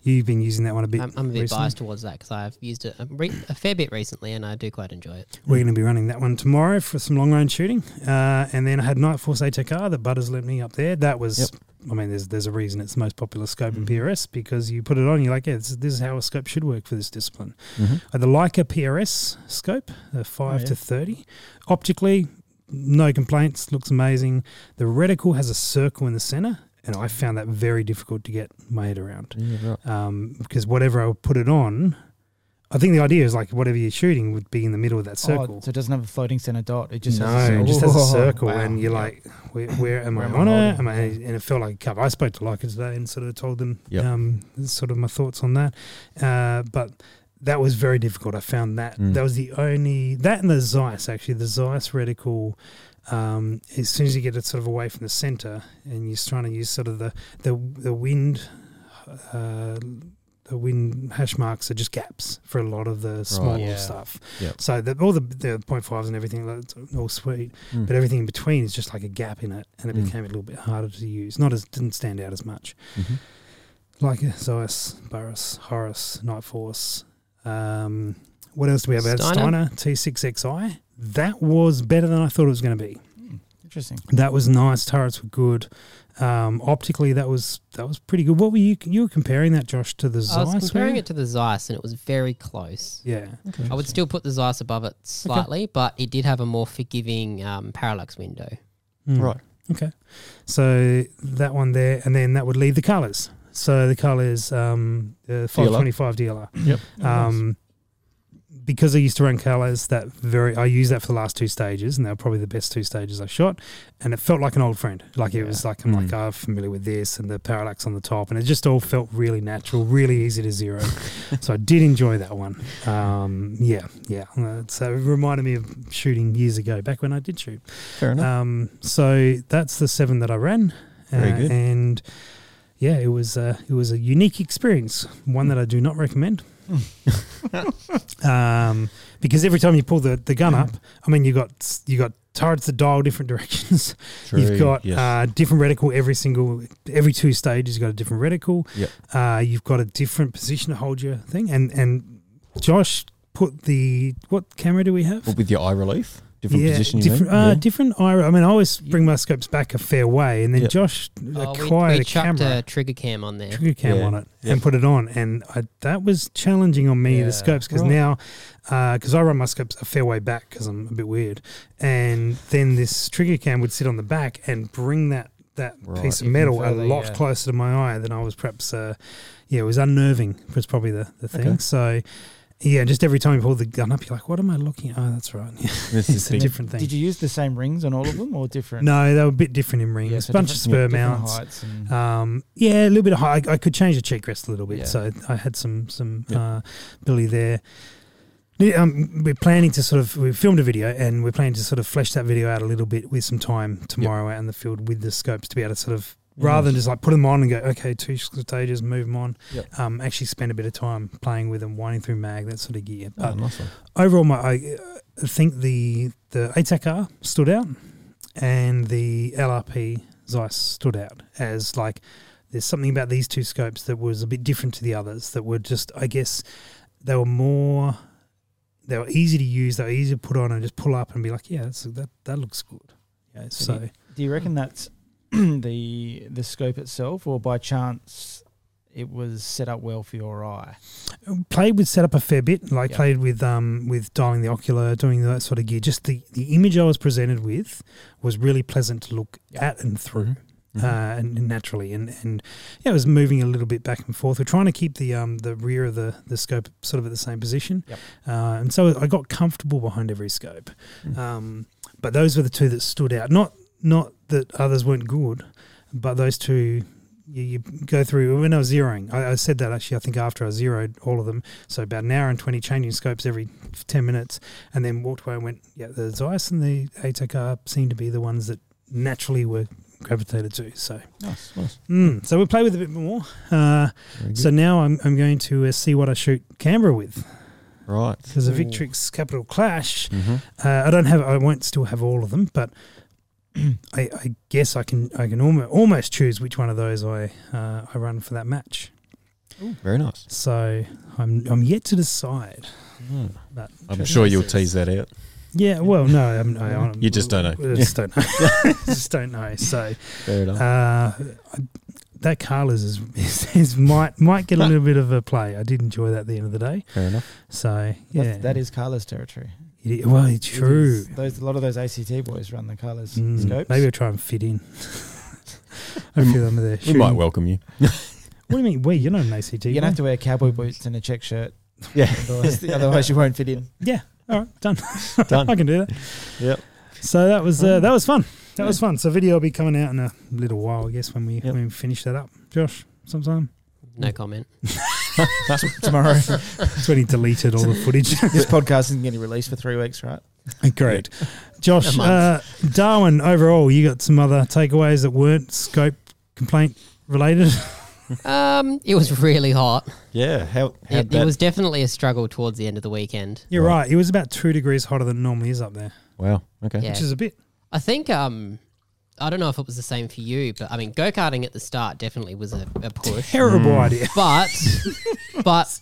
Speaker 1: You've been using that one a bit.
Speaker 5: I'm, I'm a bit
Speaker 1: recently.
Speaker 5: biased towards that because I've used it a, re- a fair bit recently and I do quite enjoy it.
Speaker 1: We're going to be running that one tomorrow for some long range shooting. Uh, and then I had Night Force ATK, the Butters lent me up there. That was, I mean, there's there's a reason it's the most popular scope
Speaker 4: Mm-hmm.
Speaker 1: in PRS because you put it on, you're like, yeah, this, is- this is how a scope should work for this discipline.
Speaker 2: Mm-hmm.
Speaker 1: Uh, the Leica PRS scope, the 5
Speaker 4: Oh, yeah.
Speaker 1: to 30. Optically, no complaints, looks amazing. The reticle has a circle in the center, and I found that very difficult to get my head around
Speaker 2: Yeah, right.
Speaker 1: um, because whatever I would put it on, I think the idea is like whatever you're shooting would be in the middle of that circle.
Speaker 4: Oh, so it doesn't have a floating center dot. It just
Speaker 1: no,
Speaker 4: has a circle.
Speaker 1: it just has a
Speaker 4: Whoa,
Speaker 1: circle,
Speaker 4: *laughs* wow.
Speaker 1: and you're
Speaker 4: Yeah.
Speaker 1: like, where, where am
Speaker 4: Where
Speaker 1: I
Speaker 4: am I
Speaker 1: on it?
Speaker 4: holding?
Speaker 1: Am I, and it felt like a cover. I spoke to Leica today and sort of told them
Speaker 2: Yep.
Speaker 1: um, sort of my thoughts on that. Uh, but that was very difficult. I found that
Speaker 2: Mm.
Speaker 1: that was the only that and the Zeiss actually the Zeiss reticle. um, as soon as you get it sort of away from the center, and you're trying to use sort of the the the wind. Uh, the wind hash marks are just gaps for a lot of the smaller
Speaker 5: Yeah.
Speaker 1: stuff.
Speaker 2: Yep.
Speaker 1: So the, all the, the point fives and everything, that's all sweet.
Speaker 2: Mm.
Speaker 1: But uh, everything in between is just like a gap in it, and it
Speaker 2: Mm.
Speaker 1: became a little bit harder to use. Not as didn't stand out as much.
Speaker 2: Mhm.
Speaker 1: Like uh, Zeus, Burris, Horus, Night Force. Um, what else do we have? Steiner,
Speaker 5: Steiner?
Speaker 1: Steiner T6XI. That was better than I thought it was going to be.
Speaker 4: Interesting.
Speaker 1: That was nice. Turrets were good. Um, optically, that was that was pretty good. What were you you were comparing that, Josh, to the Zeiss?
Speaker 5: I was comparing
Speaker 1: were you?
Speaker 5: it to the Zeiss, and it was very close.
Speaker 1: Yeah.
Speaker 5: I would still put the Zeiss above it slightly, but it did have a more forgiving um, parallax window.
Speaker 1: Mm.
Speaker 2: Right.
Speaker 1: Okay. So that one there, and then that would leave the colours. So the colours, um, the 525 DLR.
Speaker 2: Yep.
Speaker 1: Um, because I used to run colours, that very I used that for the last two stages, and they were probably the best two stages I shot. And it felt like an old friend. Like it was like I'm like "Ah,
Speaker 2: Mm.
Speaker 1: I'm familiar with this, and the parallax on the top, and it just all felt really natural, really easy to zero. so I did enjoy that one. Um, yeah, yeah. Uh, So it reminded me of shooting years ago, back when I did shoot.
Speaker 2: Fair enough.
Speaker 1: Um, so that's the seven that I ran. Uh,
Speaker 2: Very good.
Speaker 1: And yeah, it was uh, it was a unique experience,
Speaker 2: Hmm.
Speaker 1: one that I do not recommend. *laughs* um, because every time you pull the, the
Speaker 2: Hmm.
Speaker 1: gun up, I mean you got you got turrets that dial different *laughs* directions. You've got
Speaker 2: Yes.
Speaker 1: uh, different reticle every single every two stages. You've got a different reticle.
Speaker 2: Yep.
Speaker 1: Uh, you've got a different position to hold your thing. And and Josh put the what camera do we have?
Speaker 2: Well, with your eye relief, different position. You
Speaker 1: different,
Speaker 2: mean?
Speaker 1: uh,
Speaker 2: Yeah.
Speaker 1: different. I, I mean, I always bring my scopes back a fair way, and then
Speaker 2: Yep.
Speaker 1: Josh
Speaker 5: Oh, we-
Speaker 1: acquired
Speaker 5: we,
Speaker 1: a
Speaker 5: chucked
Speaker 1: camera,
Speaker 5: a trigger cam on there.
Speaker 1: trigger cam
Speaker 2: Yeah.
Speaker 1: on it,
Speaker 2: Yep.
Speaker 1: and put it on, and I, that was challenging on me
Speaker 4: Yeah.
Speaker 1: the scopes because
Speaker 2: Right.
Speaker 1: now, because I run my scopes a fair way back because I'm a bit weird, and then this trigger cam would sit on the back and bring that that
Speaker 2: Right.
Speaker 1: piece of
Speaker 4: Even
Speaker 1: metal a
Speaker 4: further,
Speaker 1: lot
Speaker 4: yeah.
Speaker 1: closer to my eye than I was perhaps. Uh, yeah, it was unnerving. Was probably the the thing.
Speaker 2: Okay.
Speaker 1: So. Yeah, just every time you pull the gun up, you're like, "What am I looking at?" Oh, that's right. *laughs*
Speaker 2: This is
Speaker 1: it's a
Speaker 2: big.
Speaker 1: different thing.
Speaker 4: Did you use the same rings on all of them or different?
Speaker 1: No, they were a bit different in rings.
Speaker 4: Yeah, so
Speaker 1: bunch of
Speaker 4: different-
Speaker 1: spur
Speaker 4: different
Speaker 1: mounts.
Speaker 4: heights and-
Speaker 1: Um, yeah, a little bit of height. I, I could change the cheek rest a little bit,
Speaker 4: Yeah.
Speaker 1: so I had some some
Speaker 2: Yeah.
Speaker 1: uh, ability there. Yeah, Um, we're planning to sort of we filmed a video and we're planning to sort of flesh that video out a little bit with some time tomorrow out in the field with the scopes to be able to sort of rather than just like put them on and go okay two stages move them on
Speaker 2: Yep.
Speaker 1: um, actually spend a bit of time playing with them winding through mag that sort of gear
Speaker 2: Oh,
Speaker 1: but
Speaker 2: nice one.
Speaker 1: overall, my I uh, think the the ATAC R stood out, and the LRP Zeiss stood out as like there's something about these two scopes that was a bit different to the others that were just I guess they were more they were easy to use, they were easy to put on and just pull up and be like, yeah, that's, that that looks good. Yeah, so
Speaker 4: Do you reckon that's *clears throat* the the scope itself, or by chance it was set up well for your eye?
Speaker 1: played with setup a fair bit. Like
Speaker 4: Mm-hmm. Yeah.
Speaker 1: played with um with dialing the ocular, doing that sort of gear. Just the the image I was presented with was really pleasant to look
Speaker 4: Yeah.
Speaker 1: at and through.
Speaker 2: Mhm.
Speaker 1: Uh, and, and naturally, and and yeah, it was moving a little bit back and forth. We're trying to keep the um the rear of the the scope sort of at the same position,
Speaker 4: Yep.
Speaker 1: uh, and so I got comfortable behind every scope.
Speaker 2: Mm.
Speaker 1: Um, but those were the two that stood out. Not not that others weren't good, but those two you, you go through when I was zeroing. I, I said that actually. I think after I zeroed all of them, so about an hour and twenty changing scopes every ten minutes, and then walked away and went, yeah, the Zeiss and the ATAC seem to be the ones that naturally were gravitated to. So,
Speaker 2: Nice, nice.
Speaker 1: mm, so we'll play with a bit more. Uh,
Speaker 2: Very good.
Speaker 1: so now I'm, I'm going to uh, see what I shoot Canberra with
Speaker 2: right.
Speaker 1: because the
Speaker 4: Ooh.
Speaker 1: Victrix Capital Clash.
Speaker 2: Mm-hmm.
Speaker 1: Uh, I don't have. I won't still have all of them, but. *clears throat* I, I guess I can I can almost, almost choose which one of those I uh, I run for that match.
Speaker 2: Very nice.
Speaker 1: So I'm I'm yet to decide. But
Speaker 2: I'm sure you'll tease that out.
Speaker 1: yeah, well, no, I'm,
Speaker 2: *laughs*
Speaker 1: I, I'm,
Speaker 2: You just don't know.
Speaker 1: I just don't know. *laughs* just don't know. So
Speaker 2: Fair enough.
Speaker 1: Uh, I- that Carla's is, *laughs* is, is might might get a little bit of a play. I did enjoy that at the end of the day.
Speaker 2: Fair enough.
Speaker 1: So yeah,
Speaker 4: That's, that is Carla's territory.
Speaker 1: It i- well, it's
Speaker 4: It
Speaker 1: true.
Speaker 4: is. Those a lot of those ACT boys run the Carla's
Speaker 1: Mm,
Speaker 4: scopes.
Speaker 1: maybe I'll try and fit in. *laughs* I feel I'm there.
Speaker 2: We might welcome you.
Speaker 1: What do you mean? We? You're not an ACT.
Speaker 4: you're gonna have
Speaker 1: mate.
Speaker 4: to wear cowboy boots and a check shirt.
Speaker 2: Yeah.
Speaker 4: Otherwise, *laughs*
Speaker 5: *laughs*
Speaker 4: otherwise you won't fit in.
Speaker 1: Yeah. All right. Done.
Speaker 2: Done.
Speaker 1: I can
Speaker 4: *laughs*
Speaker 1: do that.
Speaker 2: Yep.
Speaker 1: So that was uh, that was fun. That was fun. So video will be coming out in a little while, I guess, when we
Speaker 2: Yep.
Speaker 1: when we finish that up. Josh,
Speaker 4: *laughs*
Speaker 1: sometime.
Speaker 5: No comment.
Speaker 4: Tomorrow,
Speaker 1: That's when he deleted all the footage.
Speaker 4: this podcast isn't getting released for three weeks, right?
Speaker 1: *laughs* Correct. Josh,
Speaker 5: A
Speaker 1: uh,
Speaker 5: month.
Speaker 1: Darwin, overall, you got some other takeaways that weren't scope complaint related? *laughs*
Speaker 5: Um, it was really hot.
Speaker 2: Yeah, how how
Speaker 5: It,
Speaker 2: that?
Speaker 5: it was definitely a struggle towards the end of the weekend.
Speaker 1: You're right. It was about two degrees hotter than it normally is up there,
Speaker 2: wow. Okay.
Speaker 5: Yeah.
Speaker 1: which is a bit.
Speaker 5: I think um I don't know if it was the same for you, but I mean go karting at the start definitely was a, a push.
Speaker 1: Terrible
Speaker 2: Mm.
Speaker 1: idea. *laughs*
Speaker 5: But but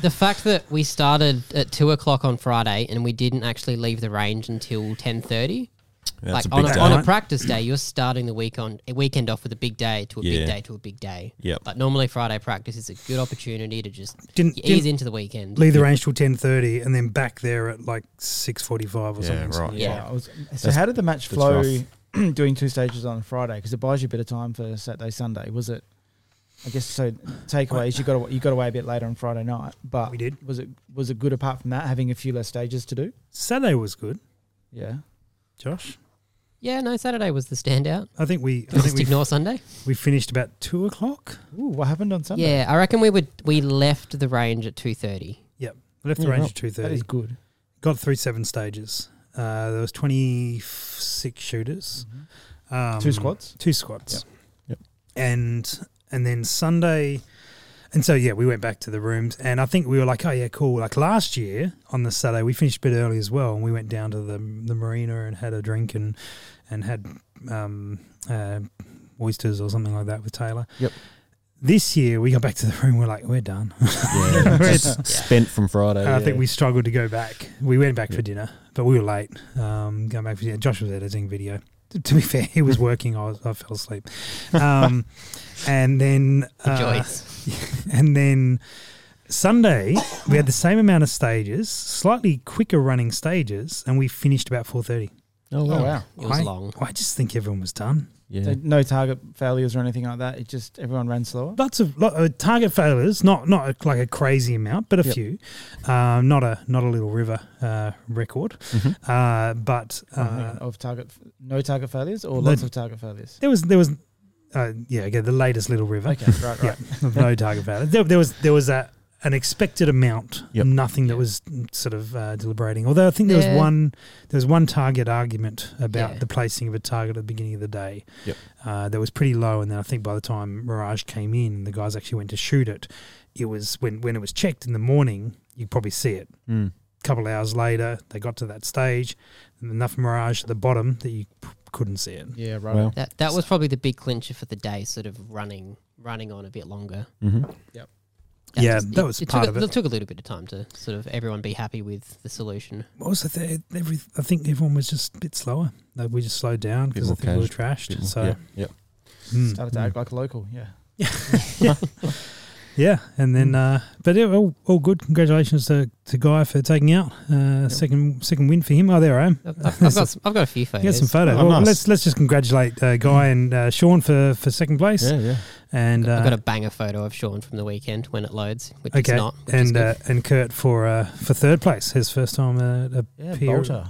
Speaker 5: the fact that we started at two o'clock on Friday and we didn't actually leave the range until ten thirty.
Speaker 2: That's
Speaker 5: Like
Speaker 2: a
Speaker 5: on
Speaker 2: big
Speaker 5: a,
Speaker 2: day.
Speaker 5: on a practice day, you're starting the week on a weekend off with a big day to a
Speaker 2: Yeah.
Speaker 5: big day to a big day.
Speaker 1: *laughs*
Speaker 2: Yep.
Speaker 5: But normally Friday practice is a good opportunity to just
Speaker 1: Didn't-
Speaker 5: you ease
Speaker 1: didn't-
Speaker 5: into the weekend.
Speaker 1: Leave the range till ten thirty, and then back there at like six forty-five or
Speaker 2: yeah,
Speaker 1: something.
Speaker 2: right.
Speaker 5: Yeah.
Speaker 4: Wow, it was- so
Speaker 2: That's-
Speaker 4: how did the match
Speaker 2: that's
Speaker 4: flow *clears throat* doing two stages on Friday? Because it buys you a bit of time for Saturday, Sunday. Was it? I guess so. Takeaways you got aw- you got away a bit later on Friday night, but
Speaker 1: We did.
Speaker 4: Was it was it good apart from that having a few less stages to do?
Speaker 1: Saturday was good,
Speaker 4: Yeah.
Speaker 1: Josh.
Speaker 5: Yeah, no, Saturday was the standout.
Speaker 1: I think we. I
Speaker 5: Just
Speaker 1: think we,
Speaker 5: ignore Sunday.
Speaker 1: we finished about two o'clock.
Speaker 4: Ooh, what happened on Sunday?
Speaker 5: Yeah, I reckon we would we left the range at two thirty.
Speaker 1: Left the
Speaker 2: Yeah,
Speaker 1: range
Speaker 2: wow.
Speaker 1: at two
Speaker 4: That
Speaker 1: thirty.
Speaker 4: is good.
Speaker 1: Got through seven stages. Uh, there was twenty-six shooters.
Speaker 5: Mm-hmm.
Speaker 1: Um,
Speaker 4: Two squads.
Speaker 1: Two squads.
Speaker 2: Yep.
Speaker 1: And and then Sunday. And so yeah, we went back to the rooms, and I think we were like, oh yeah, cool. Like last year on the Saturday, we finished a bit early as well, and we went down to the the marina and had a drink and and had um, uh, oysters or something like that with Taylor.
Speaker 2: Yep.
Speaker 1: This year we got back to the room. We're like, we're done.
Speaker 2: Yeah.
Speaker 1: *laughs* We're
Speaker 2: Just spent from Friday.
Speaker 1: and I think
Speaker 2: Oh, yeah.
Speaker 1: we struggled to go back. We went back
Speaker 2: Yeah.
Speaker 1: for dinner, but we were late. Um, going back for dinner. Josh was editing video. *laughs* T- To be fair, he was working. I, was, I fell asleep. Um, and then
Speaker 5: The
Speaker 1: uh,
Speaker 5: joys.
Speaker 1: and then Sunday we had the same amount of stages, slightly quicker running stages, and we finished about four thirty.
Speaker 2: Oh
Speaker 4: Oh
Speaker 2: wow.
Speaker 4: wow.
Speaker 5: It was
Speaker 1: I-
Speaker 5: long.
Speaker 1: I just think everyone was done.
Speaker 2: Yeah.
Speaker 4: So no target failures or anything like that. It just everyone ran slower.
Speaker 1: Lots of lot, uh, target failures, not not a, like a crazy amount, but a
Speaker 2: Yep.
Speaker 1: few. Um, not a not a little river uh, record,
Speaker 2: Mhm.
Speaker 1: uh, but
Speaker 4: Oh, hang
Speaker 1: uh,
Speaker 4: on, of target, no target failures or
Speaker 1: No-
Speaker 4: lots of target failures.
Speaker 1: There was there was, uh, yeah, again the latest Little River
Speaker 4: Okay, right,
Speaker 1: Yeah.
Speaker 4: right.
Speaker 1: of no target value. There, there was there was a an expected amount,
Speaker 2: Yep.
Speaker 1: nothing that
Speaker 4: Yeah.
Speaker 1: was sort of uh, deliberating. Although I think there
Speaker 5: Yeah.
Speaker 1: was one there was one target argument about
Speaker 5: Yeah.
Speaker 1: the placing of a target at the beginning of the day.
Speaker 2: Yep.
Speaker 1: Uh, that was pretty low, and then I think by the time Mirage came in, and the guys actually went to shoot it. It was when when it was checked in the morning, you probably see it
Speaker 2: Mm.
Speaker 1: couple hours later, they got to that stage, and enough mirage at the bottom that you p- couldn't see it.
Speaker 4: Yeah, right.
Speaker 2: Well.
Speaker 5: That that was probably the big clincher for the day, sort of running running on a bit longer.
Speaker 2: Mhm.
Speaker 1: Yeah, that was
Speaker 5: took
Speaker 1: part
Speaker 5: a-
Speaker 1: of it.
Speaker 5: It took a little bit of time to sort of everyone be happy with the solution.
Speaker 1: What was the th- every? I think everyone was just a bit slower. Like we just slowed down
Speaker 2: Bit
Speaker 1: because I
Speaker 2: more
Speaker 1: think we were trashed.
Speaker 2: Bit more-
Speaker 1: So
Speaker 2: Mm-hmm. yeah, yeah.
Speaker 1: mm,
Speaker 4: Started to
Speaker 2: hmm.
Speaker 1: mm.
Speaker 4: act like a local. Yeah.
Speaker 1: yeah, and then
Speaker 5: Hmm.
Speaker 1: uh, but it, all, all good. Congratulations to, to Guy for taking out uh, second second win for him. Oh, there I am.
Speaker 5: I've,
Speaker 1: *laughs*
Speaker 5: I've- I've got some, I've got a few photos.
Speaker 1: Get some photos.
Speaker 2: Oh,
Speaker 1: well,
Speaker 2: nice.
Speaker 1: Let's let's just congratulate uh, Guy and uh, Sean for, for second place.
Speaker 2: Yeah, yeah.
Speaker 1: And
Speaker 5: Hmm. I've got
Speaker 1: uh,
Speaker 5: a banger photo of Sean from the weekend when it loads, which it's
Speaker 1: okay,
Speaker 5: not. which is
Speaker 1: and
Speaker 5: good.
Speaker 1: uh, and Kurt for uh, for third place. His first time uh, at a
Speaker 4: Yeah,
Speaker 1: Peer-
Speaker 4: Bolter.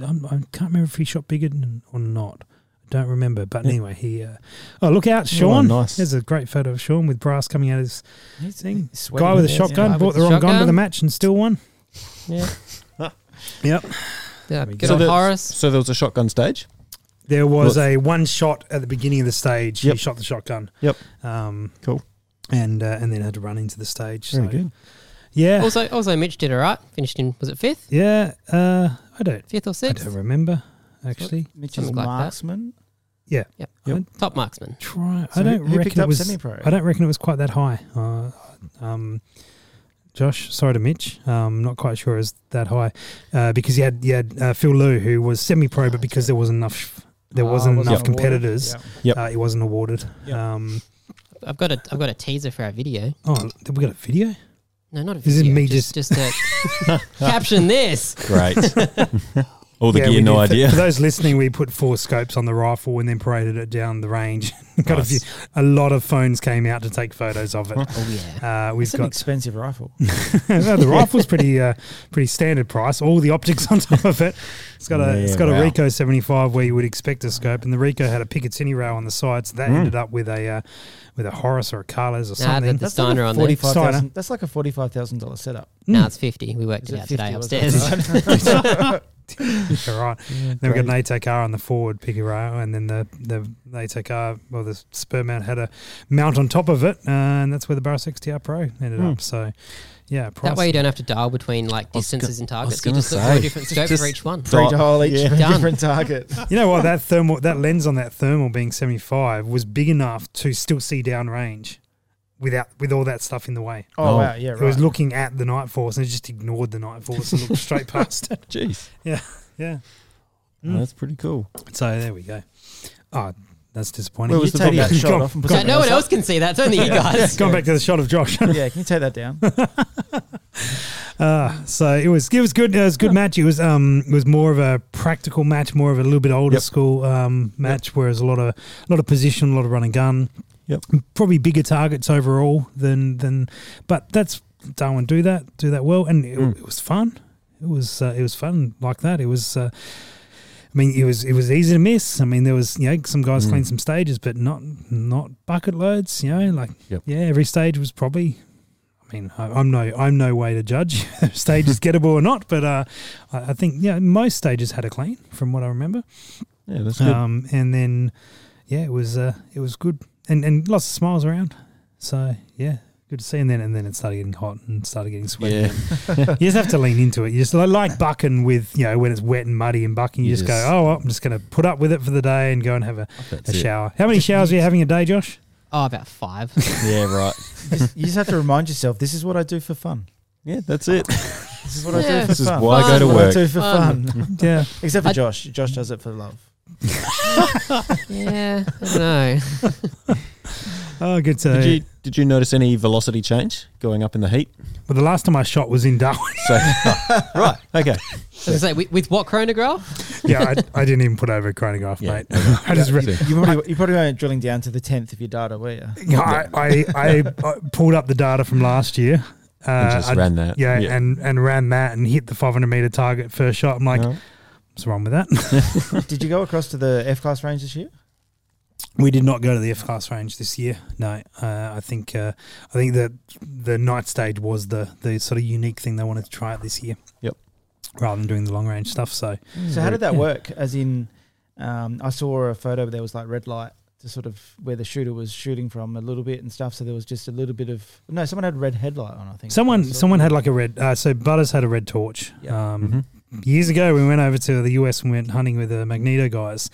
Speaker 1: I'm, I can't remember if he shot bigger than, or not. I don't remember. But anyway, he. Uh, oh, look out, Sean.
Speaker 2: nice.
Speaker 1: There's a great photo of Sean with brass coming out of his
Speaker 4: He's
Speaker 1: thing.
Speaker 4: he's
Speaker 1: guy
Speaker 4: sweating.
Speaker 1: with a
Speaker 4: Yeah,
Speaker 1: shotgun.
Speaker 5: guy
Speaker 1: Bought
Speaker 5: with
Speaker 1: the
Speaker 5: the
Speaker 1: wrong gun to the
Speaker 5: shotgun.
Speaker 1: match and still won.
Speaker 5: yeah.
Speaker 1: Yep.
Speaker 5: Yeah,
Speaker 1: we
Speaker 5: good
Speaker 1: go.
Speaker 2: So
Speaker 5: old
Speaker 2: the-
Speaker 5: Horace.
Speaker 2: So there was a shotgun stage.
Speaker 1: There was
Speaker 2: Well-
Speaker 1: a one shot at the beginning of the stage. He
Speaker 2: Yep.
Speaker 1: shot the shotgun.
Speaker 2: Yep.
Speaker 1: Um,
Speaker 2: Cool.
Speaker 1: And uh, and then had to run into the stage.
Speaker 2: Very
Speaker 1: so-
Speaker 2: good.
Speaker 1: Yeah.
Speaker 5: Also, also Mitch did all right. Finished in was it fifth,
Speaker 1: Yeah. Uh, I don't.
Speaker 5: fifth or
Speaker 1: I
Speaker 5: sixth?
Speaker 1: don't remember actually.
Speaker 4: Mitch's
Speaker 5: Something like that.
Speaker 4: marksman.
Speaker 5: Top marksman.
Speaker 1: Try.
Speaker 4: So
Speaker 1: I
Speaker 4: who-
Speaker 1: don't
Speaker 4: who picked
Speaker 1: reckon it
Speaker 4: up
Speaker 1: was.
Speaker 4: semi-pro?
Speaker 1: I don't reckon it was quite that high. Uh, um, Josh, sorry to Mitch, um, not quite sure it's that high uh, because you had you had uh, Phil Lou who was semi-pro, but because there wasn't enough there
Speaker 4: Ah,
Speaker 5: Oh,
Speaker 1: wasn't
Speaker 4: wasn't
Speaker 1: enough
Speaker 4: awarded.
Speaker 1: competitors,
Speaker 4: Yeah.
Speaker 2: Yep.
Speaker 1: uh, it wasn't awarded.
Speaker 4: Yep.
Speaker 1: Um,
Speaker 5: I've got a I've got a teaser for our video.
Speaker 1: oh, have we got a video?
Speaker 5: No, not a video.
Speaker 1: Is it me
Speaker 5: just
Speaker 1: *laughs*
Speaker 5: just to caption this?
Speaker 2: Great. *laughs* All the
Speaker 1: Yeah,
Speaker 2: gear,
Speaker 1: we
Speaker 2: no
Speaker 1: did. For-
Speaker 2: idea. *laughs*
Speaker 1: For, those listening, we put four scopes on the rifle and then paraded it down the range. *laughs* *laughs* got
Speaker 2: Nice.
Speaker 1: a, few, a lot of phones came out to take photos
Speaker 2: *laughs*
Speaker 1: of it.
Speaker 5: Oh yeah.
Speaker 1: Uh, we've
Speaker 4: It's an
Speaker 1: got
Speaker 4: expensive rifle.
Speaker 1: *laughs* no, the rifle's
Speaker 2: *laughs*
Speaker 1: pretty uh, pretty standard price. All the optics on top of it. It's got a it's
Speaker 2: Yeah,
Speaker 1: got
Speaker 2: wow.
Speaker 1: a Ricoh 75 where you would expect a scope, and the Ricoh had a Picatinny rail on the side, so that
Speaker 2: Mm.
Speaker 1: ended up with a uh, with a Horus or a Carlos or
Speaker 5: Nah,
Speaker 1: something.
Speaker 5: the Steiner on there.
Speaker 4: Forty-five
Speaker 1: Steiner. hmm.
Speaker 4: thousand. That's like a forty-five thousand dollar setup.
Speaker 5: No, it's fifty. We worked
Speaker 4: Is
Speaker 5: it
Speaker 4: it
Speaker 2: *laughs*
Speaker 5: out today
Speaker 4: 50 or
Speaker 5: upstairs.
Speaker 4: something?
Speaker 1: All
Speaker 5: *laughs*
Speaker 1: right. then we got an ATKR on the forward picker rail, and then the the ATKR well the spur mount had a mount on top of it, uh, and that's where the Barris XTR Pro ended
Speaker 2: Hmm.
Speaker 1: up. So yeah,
Speaker 5: That
Speaker 1: price-
Speaker 5: way you don't have to dial between like
Speaker 2: was go-
Speaker 5: distances and
Speaker 2: I was
Speaker 5: targets. You
Speaker 2: gonna
Speaker 5: just look for a
Speaker 2: say.
Speaker 5: different scope
Speaker 2: Just
Speaker 5: for each one.
Speaker 2: throw
Speaker 4: Three to hole each
Speaker 2: Yeah.
Speaker 4: for
Speaker 5: Done.
Speaker 4: different Oh, target.
Speaker 1: *laughs* You know what? That thermal, that lens on that thermal being seventy five was big enough to still see downrange, without with all that stuff in the way.
Speaker 4: Oh,
Speaker 2: Oh.
Speaker 4: wow, yeah,
Speaker 1: It
Speaker 4: right.
Speaker 1: was looking at the night force and it just ignored the night force and looked
Speaker 2: *laughs*
Speaker 1: straight past it. Mm.
Speaker 2: Jeez,
Speaker 1: Yeah.
Speaker 2: Oh, that's pretty cool.
Speaker 1: So there we go. Oh, that's disappointing.
Speaker 2: Where was
Speaker 4: you
Speaker 2: the
Speaker 4: take
Speaker 2: problem?
Speaker 4: that shot
Speaker 1: *laughs* Gone-
Speaker 4: off and put
Speaker 5: So
Speaker 4: something
Speaker 5: no one else can see that. It's only you guys.
Speaker 1: *laughs* Gone back to the shot of Josh.
Speaker 4: up. Yeah, can you take
Speaker 1: *laughs*
Speaker 4: that down?
Speaker 1: Uh, so it was it was good. It was a good match. It was um it was more of a practical match, more of a little bit older
Speaker 2: Yep.
Speaker 1: school um match, whereas a lot of a lot of position, a lot of run and gun.
Speaker 2: Yep.
Speaker 1: Probably bigger targets overall than than, but that's Darwin do that do that well, and it,
Speaker 2: Mm.
Speaker 1: it was fun. It was uh, it was fun like that. It was. Uh, I mean, it was it was easy to miss. I mean, there was you know some guys
Speaker 2: Mm.
Speaker 1: cleaned some stages, but not not bucket loads. You know, like
Speaker 2: Yep.
Speaker 1: yeah, every stage was probably. I mean, I, I'm no I'm no way to judge *laughs* if stage is gettable or not, but uh, I, I think yeah, most stages had a clean from what I remember.
Speaker 2: Yeah, that's good.
Speaker 1: Um, and then yeah, it was uh, it was good and and lots of smiles around. So yeah. Good to see, and then and then it started getting hot and started getting sweaty.
Speaker 2: yeah,
Speaker 1: You just have to lean into it. You just like, like bucking with you know when it's wet and muddy and bucking. You,
Speaker 2: You
Speaker 1: just,
Speaker 2: just-
Speaker 1: go, oh, well, I'm just going to put up with it for the day and go and have a,
Speaker 2: *laughs* that's
Speaker 1: a
Speaker 2: it.
Speaker 1: shower. How many showers are you having a day, Josh?
Speaker 5: Oh,
Speaker 4: *laughs*
Speaker 5: about five.
Speaker 2: *laughs* Yeah, right.
Speaker 4: You just, you just have to remind yourself this is what I do for fun.
Speaker 2: Yeah, that's it.
Speaker 4: This is what I
Speaker 5: Yeah.
Speaker 4: do for
Speaker 2: This is
Speaker 4: fun.
Speaker 2: why I go to
Speaker 4: This is what I
Speaker 2: work.
Speaker 4: do for
Speaker 5: Fun.
Speaker 4: fun. *laughs*
Speaker 1: Yeah,
Speaker 4: Except for
Speaker 5: I-
Speaker 4: Josh. Josh does it for love.
Speaker 5: yeah, I don't know.
Speaker 1: Oh, good to.
Speaker 2: Did you did you notice any velocity change going up in the heat?
Speaker 1: Well, the last time I shot was in Darwin. *laughs*
Speaker 2: So *laughs* right, okay.
Speaker 5: I was gonna say, with, with what chronograph?
Speaker 1: yeah, I, I didn't even put over a chronograph,
Speaker 2: *laughs* Yeah.
Speaker 1: mate. I just re-
Speaker 4: You probably, you probably weren't drilling down to the tenth of your data, were you?
Speaker 1: I, I, I, I uh, pulled up the data from last year. Uh,
Speaker 2: And just
Speaker 1: I-
Speaker 2: ran that.
Speaker 1: Yeah,
Speaker 2: Yeah.
Speaker 1: and and ran that and hit the 500 meter target first shot. I'm like,
Speaker 2: No.
Speaker 1: what's wrong with that?
Speaker 4: Did you go across to the F class range this year?
Speaker 1: We did not go to the F class range this year. No, uh, I think uh, I think that the night stage was the the sort of unique thing they wanted to try out this year.
Speaker 2: Yep.
Speaker 1: Rather than doing the long range stuff, so
Speaker 4: So how did that
Speaker 1: Yeah.
Speaker 4: work? As in, um, I saw a photo there was like red light to sort of where the shooter was shooting from a little bit and stuff. So there was just a little bit of no. Someone had red headlight on. I think
Speaker 1: someone
Speaker 4: So-
Speaker 1: someone had like a red. Uh, so Butters had a red torch.
Speaker 4: Yeah.
Speaker 1: Um,
Speaker 2: Mhm.
Speaker 1: years ago we went over to the US and went hunting with the Magneto guys,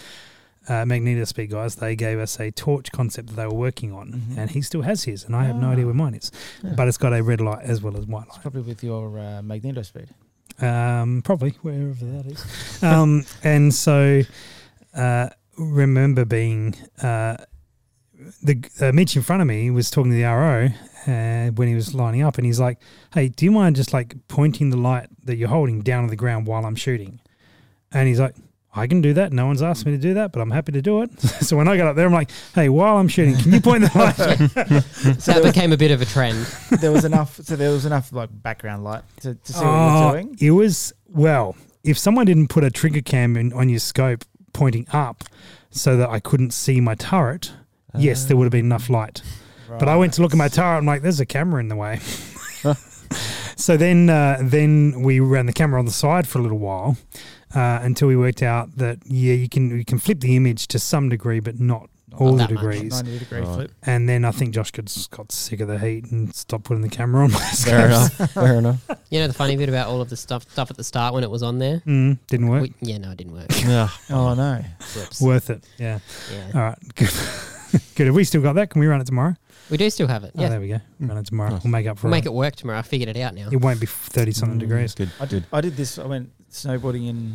Speaker 1: uh, Magneto Speed guys. They gave us a torch concept that they were working on,
Speaker 4: Mhm.
Speaker 1: and he still has his, and I have no
Speaker 4: Ah.
Speaker 1: idea where mine is.
Speaker 2: Yeah.
Speaker 1: But it's got a red light as well as white
Speaker 4: It's
Speaker 1: light,
Speaker 4: probably with your uh, magneto speed.
Speaker 1: um, probably wherever that is. um, and so uh, remember being uh, the uh, Mitch in front of me was talking to the RO. Uh, when he was lining up, and he's like, "Hey, do you mind just like pointing the light that you're holding down to the ground while I'm shooting?" And he's like, I can do that. No one's asked me to do that, but I'm happy to do it. *laughs* so when I got up there, I'm like, hey, while I'm shooting, can you point the light?
Speaker 5: that became a bit of a trend.
Speaker 4: there was enough. So there was enough like background light to, to see what
Speaker 1: Oh,
Speaker 4: you're doing.
Speaker 1: it was, well, if someone didn't put a trigger cam in, on your scope pointing up so that I couldn't see my turret, yes, there would have been
Speaker 4: Ah.
Speaker 1: enough light. But I went to look at my tower. I'm like, there's a camera in the
Speaker 4: *laughs*
Speaker 1: way. *laughs* so then, uh, then we ran the camera on the side for a little while uh, until we worked out that yeah, you can you can flip the image to some degree, but not all the
Speaker 5: that much.
Speaker 1: degrees.
Speaker 4: ninety degree
Speaker 2: Right.
Speaker 4: flip.
Speaker 1: And then I think Josh got, got sick of the heat and stopped putting the camera on. *laughs*
Speaker 2: Fair enough. Fair enough.
Speaker 5: You know the funny bit about all of the stuff stuff at the start when it was on there.
Speaker 1: mm, didn't work.
Speaker 5: We, yeah, no, it didn't
Speaker 4: *laughs*
Speaker 5: work.
Speaker 2: Yeah.
Speaker 4: Oh no.
Speaker 5: Whoops.
Speaker 1: Worth it. Yeah.
Speaker 5: Yeah.
Speaker 1: All right. Good. *laughs* Good. Have we still got that? Can we run it tomorrow?
Speaker 5: We do still have it.
Speaker 1: Oh,
Speaker 5: Yeah,
Speaker 1: there we go. Run it tomorrow.
Speaker 2: Nice.
Speaker 1: We'll make up for
Speaker 5: we'll make
Speaker 1: it.
Speaker 5: it work Mm. tomorrow. I figured it out now.
Speaker 1: It won't be 30 something degrees.
Speaker 2: Mm-hmm. Good.
Speaker 4: I did.
Speaker 2: Good.
Speaker 4: I did this. I went snowboarding in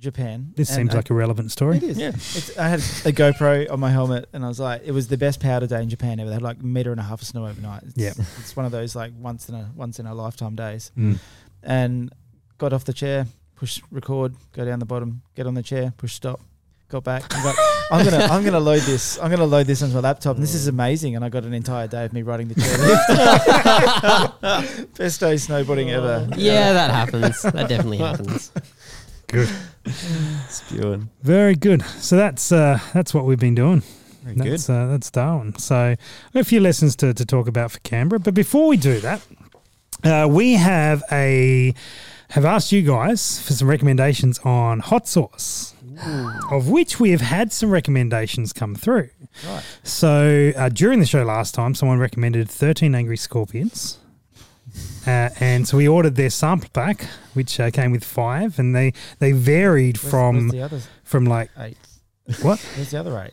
Speaker 4: Japan.
Speaker 1: This
Speaker 4: and
Speaker 1: seems
Speaker 4: I-
Speaker 5: uh,
Speaker 1: like a relevant story.
Speaker 4: It is.
Speaker 2: Yeah.
Speaker 4: It's, I had a GoPro on my helmet, and I was like, it was the best powder day in Japan ever. They had like a meter and a half of snow overnight. It's,
Speaker 1: Yeah.
Speaker 4: it's one of those like once in a once in a lifetime days.
Speaker 1: Mm.
Speaker 4: And got off the chair, push record, go down the bottom, get on the chair, push stop, got back. I'm, like, I'm
Speaker 5: *laughs*
Speaker 4: gonna I'm gonna load this. I'm gonna load this onto my laptop. And this
Speaker 1: Mm.
Speaker 4: is amazing. And I got an entire day of me riding the chairlift. *laughs* best day snowboarding ever.
Speaker 5: Yeah, that happens. That definitely
Speaker 4: *laughs*
Speaker 5: happens.
Speaker 1: Good.
Speaker 2: *laughs* Spewing.
Speaker 1: Very good. So that's uh, that's what we've been doing.
Speaker 2: Very good.
Speaker 1: That's Uh, that's Darwin. So I've got a few lessons to, to talk about for Canberra. But before we do that, uh, we have a have asked you guys for some recommendations on hot sauce, of which we have had some recommendations come through.
Speaker 4: Right.
Speaker 1: So uh, during the show last time, someone recommended 13 Angry Scorpions. Uh, and so we ordered their sample pack, which uh, came with five, and they, they varied
Speaker 4: Where's,
Speaker 1: from
Speaker 4: where's the other
Speaker 1: from like
Speaker 4: eight?
Speaker 1: What?
Speaker 4: Where's the other eight?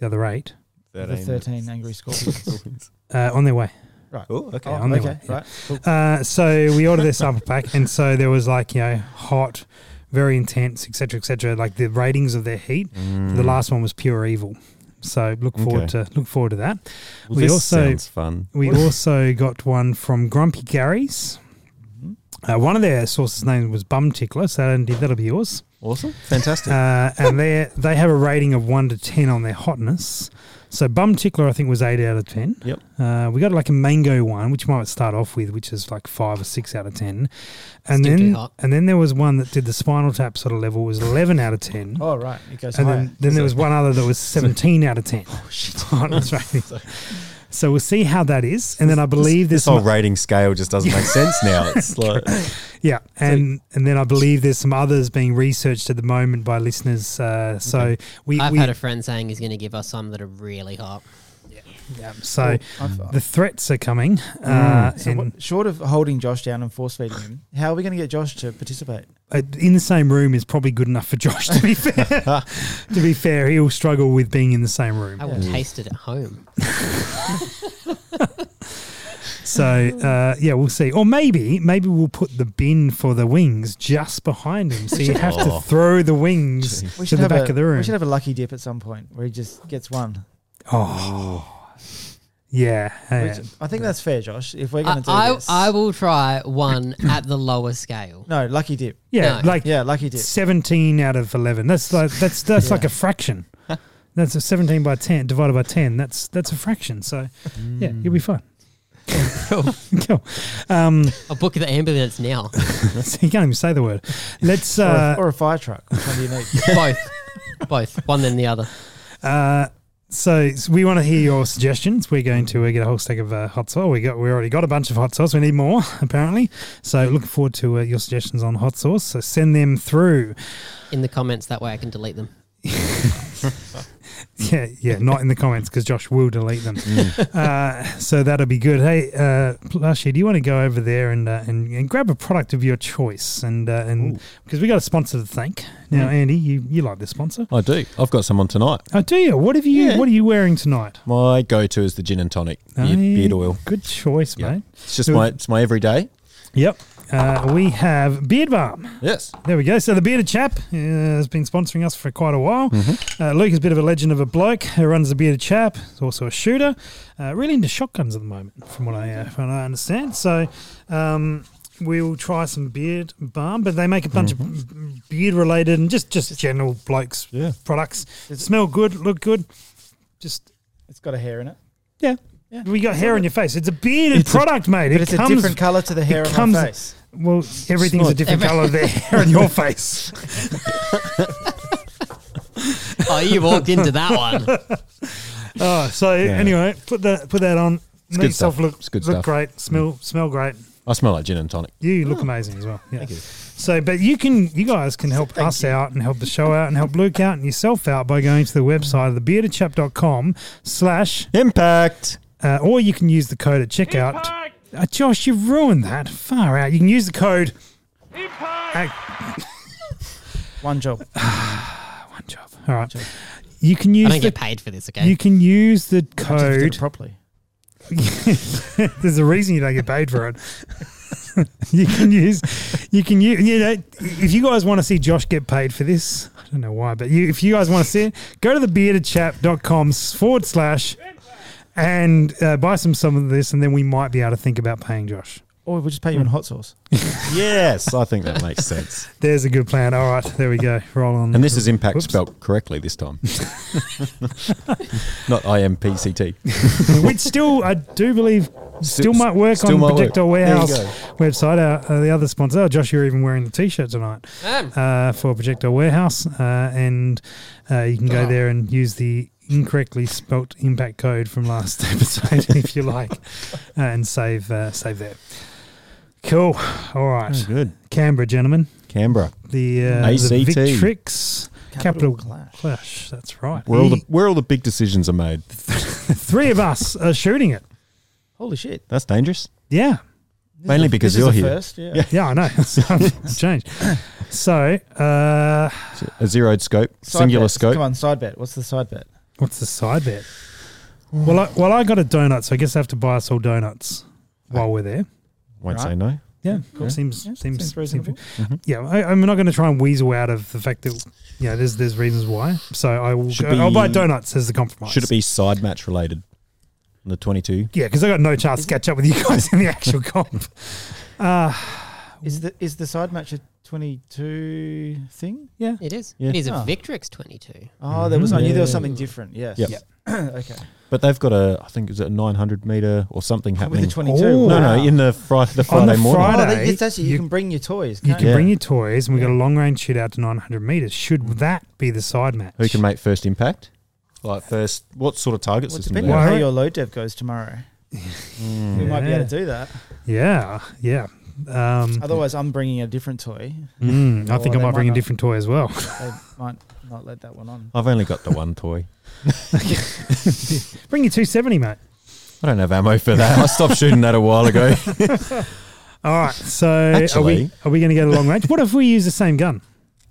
Speaker 1: the other eight
Speaker 4: The thirteen angry scorpions.
Speaker 1: uh, on their way.
Speaker 2: Oh, okay.
Speaker 4: Oh,
Speaker 1: on the
Speaker 4: okay,
Speaker 1: way, yeah.
Speaker 4: right. Cool.
Speaker 1: Uh, so we ordered their sample pack, and so there was like you know hot, very intense, etc., etc. like the ratings of their heat.
Speaker 2: Mm.
Speaker 1: The last one was pure evil. So look forward
Speaker 2: Okay.
Speaker 1: to look forward to that.
Speaker 2: Well,
Speaker 1: we
Speaker 2: this
Speaker 1: also-
Speaker 2: sounds fun.
Speaker 1: We also got one from Grumpy Gary's. Uh, one of their sources' name was Bum Tickler, so Andy, that'll be yours.
Speaker 2: Awesome, fantastic.
Speaker 1: Uh, and they they have a rating of one to ten on their hotness. So Bum Tickler, I think, was eight out of ten.
Speaker 2: Yep.
Speaker 1: Uh, we got like a mango one, which might start off with, which is like five or six out of ten, and
Speaker 5: Still too
Speaker 1: then
Speaker 5: hot.
Speaker 1: and then there was one that did the Spinal Tap sort of level was eleven out of ten.
Speaker 4: Oh right, it goes
Speaker 1: And
Speaker 4: higher.
Speaker 1: then, then there was one other that was 17 out of 10. Oh, *laughs* shit. That's right. So we'll see how that is. And then I believe
Speaker 2: this
Speaker 1: there's
Speaker 2: whole
Speaker 1: some,
Speaker 2: rating scale just doesn't make sense now.
Speaker 1: *laughs*
Speaker 2: It's like
Speaker 1: yeah, and and then I believe there's some others being researched at the moment by listeners. Uh, so we,
Speaker 5: I've
Speaker 1: we
Speaker 5: had a friend saying he's going to give us some that are really hot.
Speaker 1: so
Speaker 4: I've-
Speaker 1: the threats are coming. uh,
Speaker 4: so
Speaker 1: and
Speaker 4: what, short of holding Josh down and force feeding him, how are we going to get Josh to participate?
Speaker 1: uh, in the same room is probably good enough for Josh. To be fair, to be fair, he'll struggle with being in the same room.
Speaker 5: I will
Speaker 4: Yeah.
Speaker 5: taste it at home.
Speaker 1: So uh, yeah, we'll see. Or maybe maybe we'll put the bin for the wings just behind him, so you have
Speaker 2: Oh.
Speaker 1: to throw the wings
Speaker 4: We
Speaker 1: to the
Speaker 4: have
Speaker 1: back
Speaker 4: a,
Speaker 1: of the room.
Speaker 4: We should have a lucky dip at some point where he just gets one.
Speaker 1: oh, yeah.
Speaker 4: Which, I think that's fair, Josh. If we're going to do
Speaker 5: I,
Speaker 4: this,
Speaker 5: I, I will try one at the lower scale.
Speaker 4: no lucky dip.
Speaker 1: Yeah,
Speaker 5: No.
Speaker 1: like
Speaker 4: Yeah, lucky dip.
Speaker 1: seventeen out of eleven. That's like that's that's
Speaker 4: Yeah.
Speaker 1: like a
Speaker 4: *laughs*
Speaker 1: fraction. That's a seventeen by ten divided by ten. That's that's a fraction. So yeah,
Speaker 4: Mm.
Speaker 1: you'll be fine. *laughs* cool. Um,
Speaker 5: I'll book the ambulance now.
Speaker 1: so *laughs* you can't even say the word. Let's.
Speaker 4: Or
Speaker 1: Uh,
Speaker 4: a, or a fire truck. Which one do
Speaker 1: *laughs*
Speaker 4: you need?
Speaker 5: Both. *laughs* Both. One then the other.
Speaker 1: Uh, so, so we want to hear your suggestions. We're going to uh, get a whole stack of uh, hot sauce. We got we already got a bunch of hot sauce. We need more *laughs* apparently. So looking forward to uh, your suggestions on hot sauce. So send them through.
Speaker 5: In the comments, that way I can delete them.
Speaker 1: *laughs* Yeah, yeah, not in the comments because Josh will delete them.
Speaker 2: Mm.
Speaker 1: *laughs* Uh, so that'll be good. Hey, uh, Plushie, do you want to go over there and, uh, and and grab a product of your choice and uh, and because we got a sponsor to thank. Now,
Speaker 2: Mm.
Speaker 1: Andy, you, you like this sponsor?
Speaker 2: I do. I've got someone tonight.
Speaker 1: Oh, do you? What have you?
Speaker 2: Yeah.
Speaker 1: What are you wearing tonight?
Speaker 2: My go-to is the gin and tonic, beard,
Speaker 1: Hey,
Speaker 2: beard oil.
Speaker 1: Good choice,
Speaker 2: Yeah.
Speaker 1: mate.
Speaker 2: It's just my it's my everyday.
Speaker 1: Yep. Uh, we have Beard Balm.
Speaker 2: Yes.
Speaker 1: There we go. So the Bearded Chap uh, has been sponsoring us for quite a while.
Speaker 4: Mm-hmm.
Speaker 1: Uh, Luke is a bit of a legend of a bloke who runs the Bearded Chap. He's also a shooter. Uh, really into shotguns at the moment, from what I uh, from what I understand. So um, we'll try some beard balm, but they make a bunch
Speaker 4: Mm-hmm.
Speaker 1: of beard related and just just general blokes
Speaker 2: Yeah.
Speaker 1: products.
Speaker 4: Is it-
Speaker 1: Smell good, look good. Just
Speaker 4: It's got a hair in it,
Speaker 1: yeah.
Speaker 4: Yeah.
Speaker 1: We got hair on your face. It's a bearded product, mate.
Speaker 4: but
Speaker 1: it
Speaker 4: it's
Speaker 1: comes
Speaker 4: a different color to the hair on
Speaker 1: comes-
Speaker 4: my face.
Speaker 1: well, everything's a
Speaker 4: *laughs*
Speaker 1: different colour there on your face.
Speaker 5: Oh, you walked into that *laughs* one.
Speaker 1: Oh, so anyway, put that put that on. Make
Speaker 2: good
Speaker 1: yourself
Speaker 2: stuff.
Speaker 1: look
Speaker 2: It's good
Speaker 1: look
Speaker 2: stuff.
Speaker 1: great. Smell smell great.
Speaker 2: I smell like gin and tonic.
Speaker 1: You look amazing as well. Yeah.
Speaker 4: you.
Speaker 1: So, but you can you guys can help us out and help the show out and help Luke out and yourself out by going to the website thebeardedchap.com slash
Speaker 2: Impact.
Speaker 1: uh, or you can use the code at checkout. Uh, Josh, you've ruined that. Far out. You can use the code.
Speaker 4: One job.
Speaker 1: One job. All right. You can
Speaker 5: I
Speaker 1: use
Speaker 5: don't
Speaker 1: the,
Speaker 5: get paid for this, okay?
Speaker 1: you can use the
Speaker 4: Just did it
Speaker 1: code
Speaker 4: properly.
Speaker 1: *laughs* There's a reason you don't get paid for it. *laughs* you can use, you can use, you know, if you guys want to see Josh get paid for this, I don't know why, but you, if you guys want to see it, go to thebeardedchap.com forward slash and uh, buy some some of this, and then we might be able to think about paying Josh.
Speaker 4: Or we'll just pay you in hot sauce.
Speaker 2: Yes, I think that makes sense.
Speaker 1: There's a good plan. All right, there we go. Roll on.
Speaker 2: And this is impact
Speaker 1: Whoops.
Speaker 2: spelt correctly this time, not I M P C T.
Speaker 1: which still I do believe still might work
Speaker 2: still
Speaker 1: on
Speaker 2: might
Speaker 1: the Projectile
Speaker 2: work. There you
Speaker 1: Warehouse
Speaker 2: go.
Speaker 1: website. Uh, uh, the other sponsor, oh, Josh, you're even wearing the T-shirt tonight
Speaker 5: Am.
Speaker 1: uh, for Projectile Warehouse, uh, and uh, you can go
Speaker 5: Ah.
Speaker 1: there and use the incorrectly spelt impact *laughs* code from last episode if you like, uh, and save uh, save there. Cool. All right.
Speaker 2: good.
Speaker 1: Canberra, gentlemen.
Speaker 2: Canberra.
Speaker 1: The, uh, the
Speaker 2: ACT.
Speaker 1: Victrix Capital,
Speaker 4: Capital clash.
Speaker 1: Clash. That's right.
Speaker 2: Where all, the,
Speaker 1: The
Speaker 2: where all the big decisions are made.
Speaker 1: three of us are shooting it.
Speaker 4: Holy shit!
Speaker 2: That's dangerous.
Speaker 1: Yeah.
Speaker 4: This
Speaker 2: Mainly
Speaker 4: is a-
Speaker 2: because
Speaker 4: this is
Speaker 2: you're
Speaker 4: a
Speaker 2: here.
Speaker 4: First, yeah.
Speaker 2: Yeah.
Speaker 1: Yeah, I know. it's *laughs* changed. So, uh,
Speaker 2: A zeroed scope,
Speaker 4: Side
Speaker 2: singular
Speaker 4: bets.
Speaker 2: scope.
Speaker 4: Come on, side bet. What's the side bet?
Speaker 1: what's the side bet? Well, I, well, I got a donut, so I guess I have to buy us all donuts while we're there.
Speaker 2: Won't
Speaker 4: Right.
Speaker 2: say no.
Speaker 1: Yeah,
Speaker 4: Cool.
Speaker 1: seems seems, Mm-hmm.
Speaker 4: Yeah, seems
Speaker 1: seems
Speaker 4: reasonable.
Speaker 2: Mhm.
Speaker 1: Yeah, I, I'm not going to try and weasel out of the fact that you know there's there's reasons why. So I will.
Speaker 2: Should
Speaker 1: Go, I'll
Speaker 2: be-
Speaker 1: buy donuts as the compromise.
Speaker 2: Should it be side match related? On the 22?
Speaker 1: Yeah, because I got no chance to catch up with you guys in the actual *laughs* comp. Uh,
Speaker 4: Is the is the side match a twenty two thing?
Speaker 5: It is.
Speaker 2: Yeah.
Speaker 5: It is a
Speaker 1: Oh.
Speaker 4: Ah.
Speaker 5: Victrix 22.
Speaker 4: Oh, there was. I knew there was
Speaker 2: Yeah.
Speaker 4: something different. Yes.
Speaker 2: Yep.
Speaker 1: Yep.
Speaker 4: *clears throat* okay.
Speaker 2: But they've got a, I think, is it a 900 meter or something
Speaker 4: With
Speaker 2: happening?
Speaker 4: the twenty two.
Speaker 1: Oh.
Speaker 2: no, no, in the, fri- the Friday morning.
Speaker 1: Friday,
Speaker 4: Oh, they, it's actually you,
Speaker 1: you-
Speaker 4: can bring your toys.
Speaker 1: you
Speaker 4: Can't
Speaker 1: can
Speaker 4: you?
Speaker 2: Yeah. Mm.
Speaker 1: bring your toys, and we got a long range shootout to 900 meters. Should that be the side match?
Speaker 2: Who can make first impact? Like first, what sort of target
Speaker 4: Well,
Speaker 2: system?
Speaker 4: depending
Speaker 2: they
Speaker 1: Why-
Speaker 4: on
Speaker 2: have?
Speaker 4: how your load dev goes tomorrow, we might be able to do that.
Speaker 1: Mm. Yeah, yeah. Um,
Speaker 4: Otherwise, I'm bringing a different toy.
Speaker 1: mm, I think I
Speaker 4: Or Oh, they
Speaker 1: might bring a
Speaker 4: might not.
Speaker 1: different toy as well. *laughs*
Speaker 4: They might not let that one on.
Speaker 2: I've only got the one toy.
Speaker 1: bring your 270, mate.
Speaker 2: I don't have ammo for that. I stopped shooting that a while
Speaker 4: *laughs*
Speaker 2: ago.
Speaker 1: All right. So are we
Speaker 2: Actually- Um,
Speaker 1: are we going to go to long range? What if we use the same gun?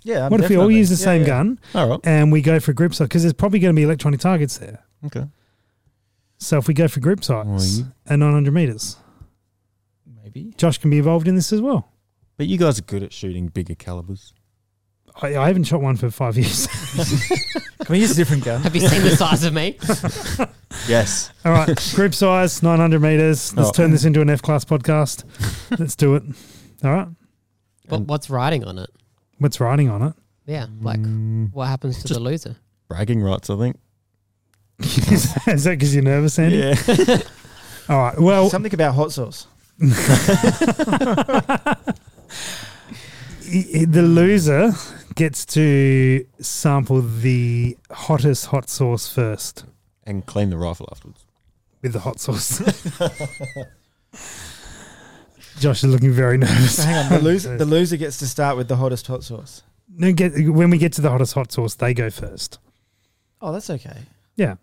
Speaker 4: Yeah. I'm
Speaker 1: what if we all
Speaker 4: definitely-
Speaker 1: use the
Speaker 4: yeah,
Speaker 1: same
Speaker 4: yeah.
Speaker 1: gun
Speaker 2: All right.
Speaker 1: and we go for group size? Because there's probably going to be electronic targets there.
Speaker 2: Okay.
Speaker 1: So if we go for group size
Speaker 2: Well, you-
Speaker 1: and 900 meters,
Speaker 4: Maybe.
Speaker 1: Josh can be involved in this as well.
Speaker 2: But you guys are good at shooting bigger calibers.
Speaker 1: I, I haven't shot one for five *laughs* years.
Speaker 4: Can we use a different gun?
Speaker 5: Have you seen the size of *laughs* me?
Speaker 2: Yes.
Speaker 1: All right, group size 900 meters. Let's
Speaker 2: Oh.
Speaker 1: turn this into an F class
Speaker 2: *laughs*
Speaker 1: podcast. Let's do it. All right.
Speaker 5: What, what's riding on it?
Speaker 1: What's riding on
Speaker 2: *laughs*
Speaker 1: it? *laughs*
Speaker 5: Yeah. Like,
Speaker 2: Mm,
Speaker 5: what happens to
Speaker 2: Just-
Speaker 5: the loser?
Speaker 2: *laughs* bragging rights, I think.
Speaker 1: Is that because you're nervous, Andy?
Speaker 2: Yeah.
Speaker 1: All right. Well,
Speaker 4: Something about hot sauce.
Speaker 1: I- the loser gets to sample the hottest hot sauce first
Speaker 2: And clean the rifle afterwards.
Speaker 1: with the hot
Speaker 4: *laughs*
Speaker 1: sauce. Josh is looking very nervous.
Speaker 4: So hang
Speaker 1: *laughs*
Speaker 4: on, the loser, the loser gets to start with the hottest hot sauce.
Speaker 1: No, get, when we get to the hottest hot sauce, they go first.
Speaker 4: Oh, that's okay.
Speaker 1: Yeah.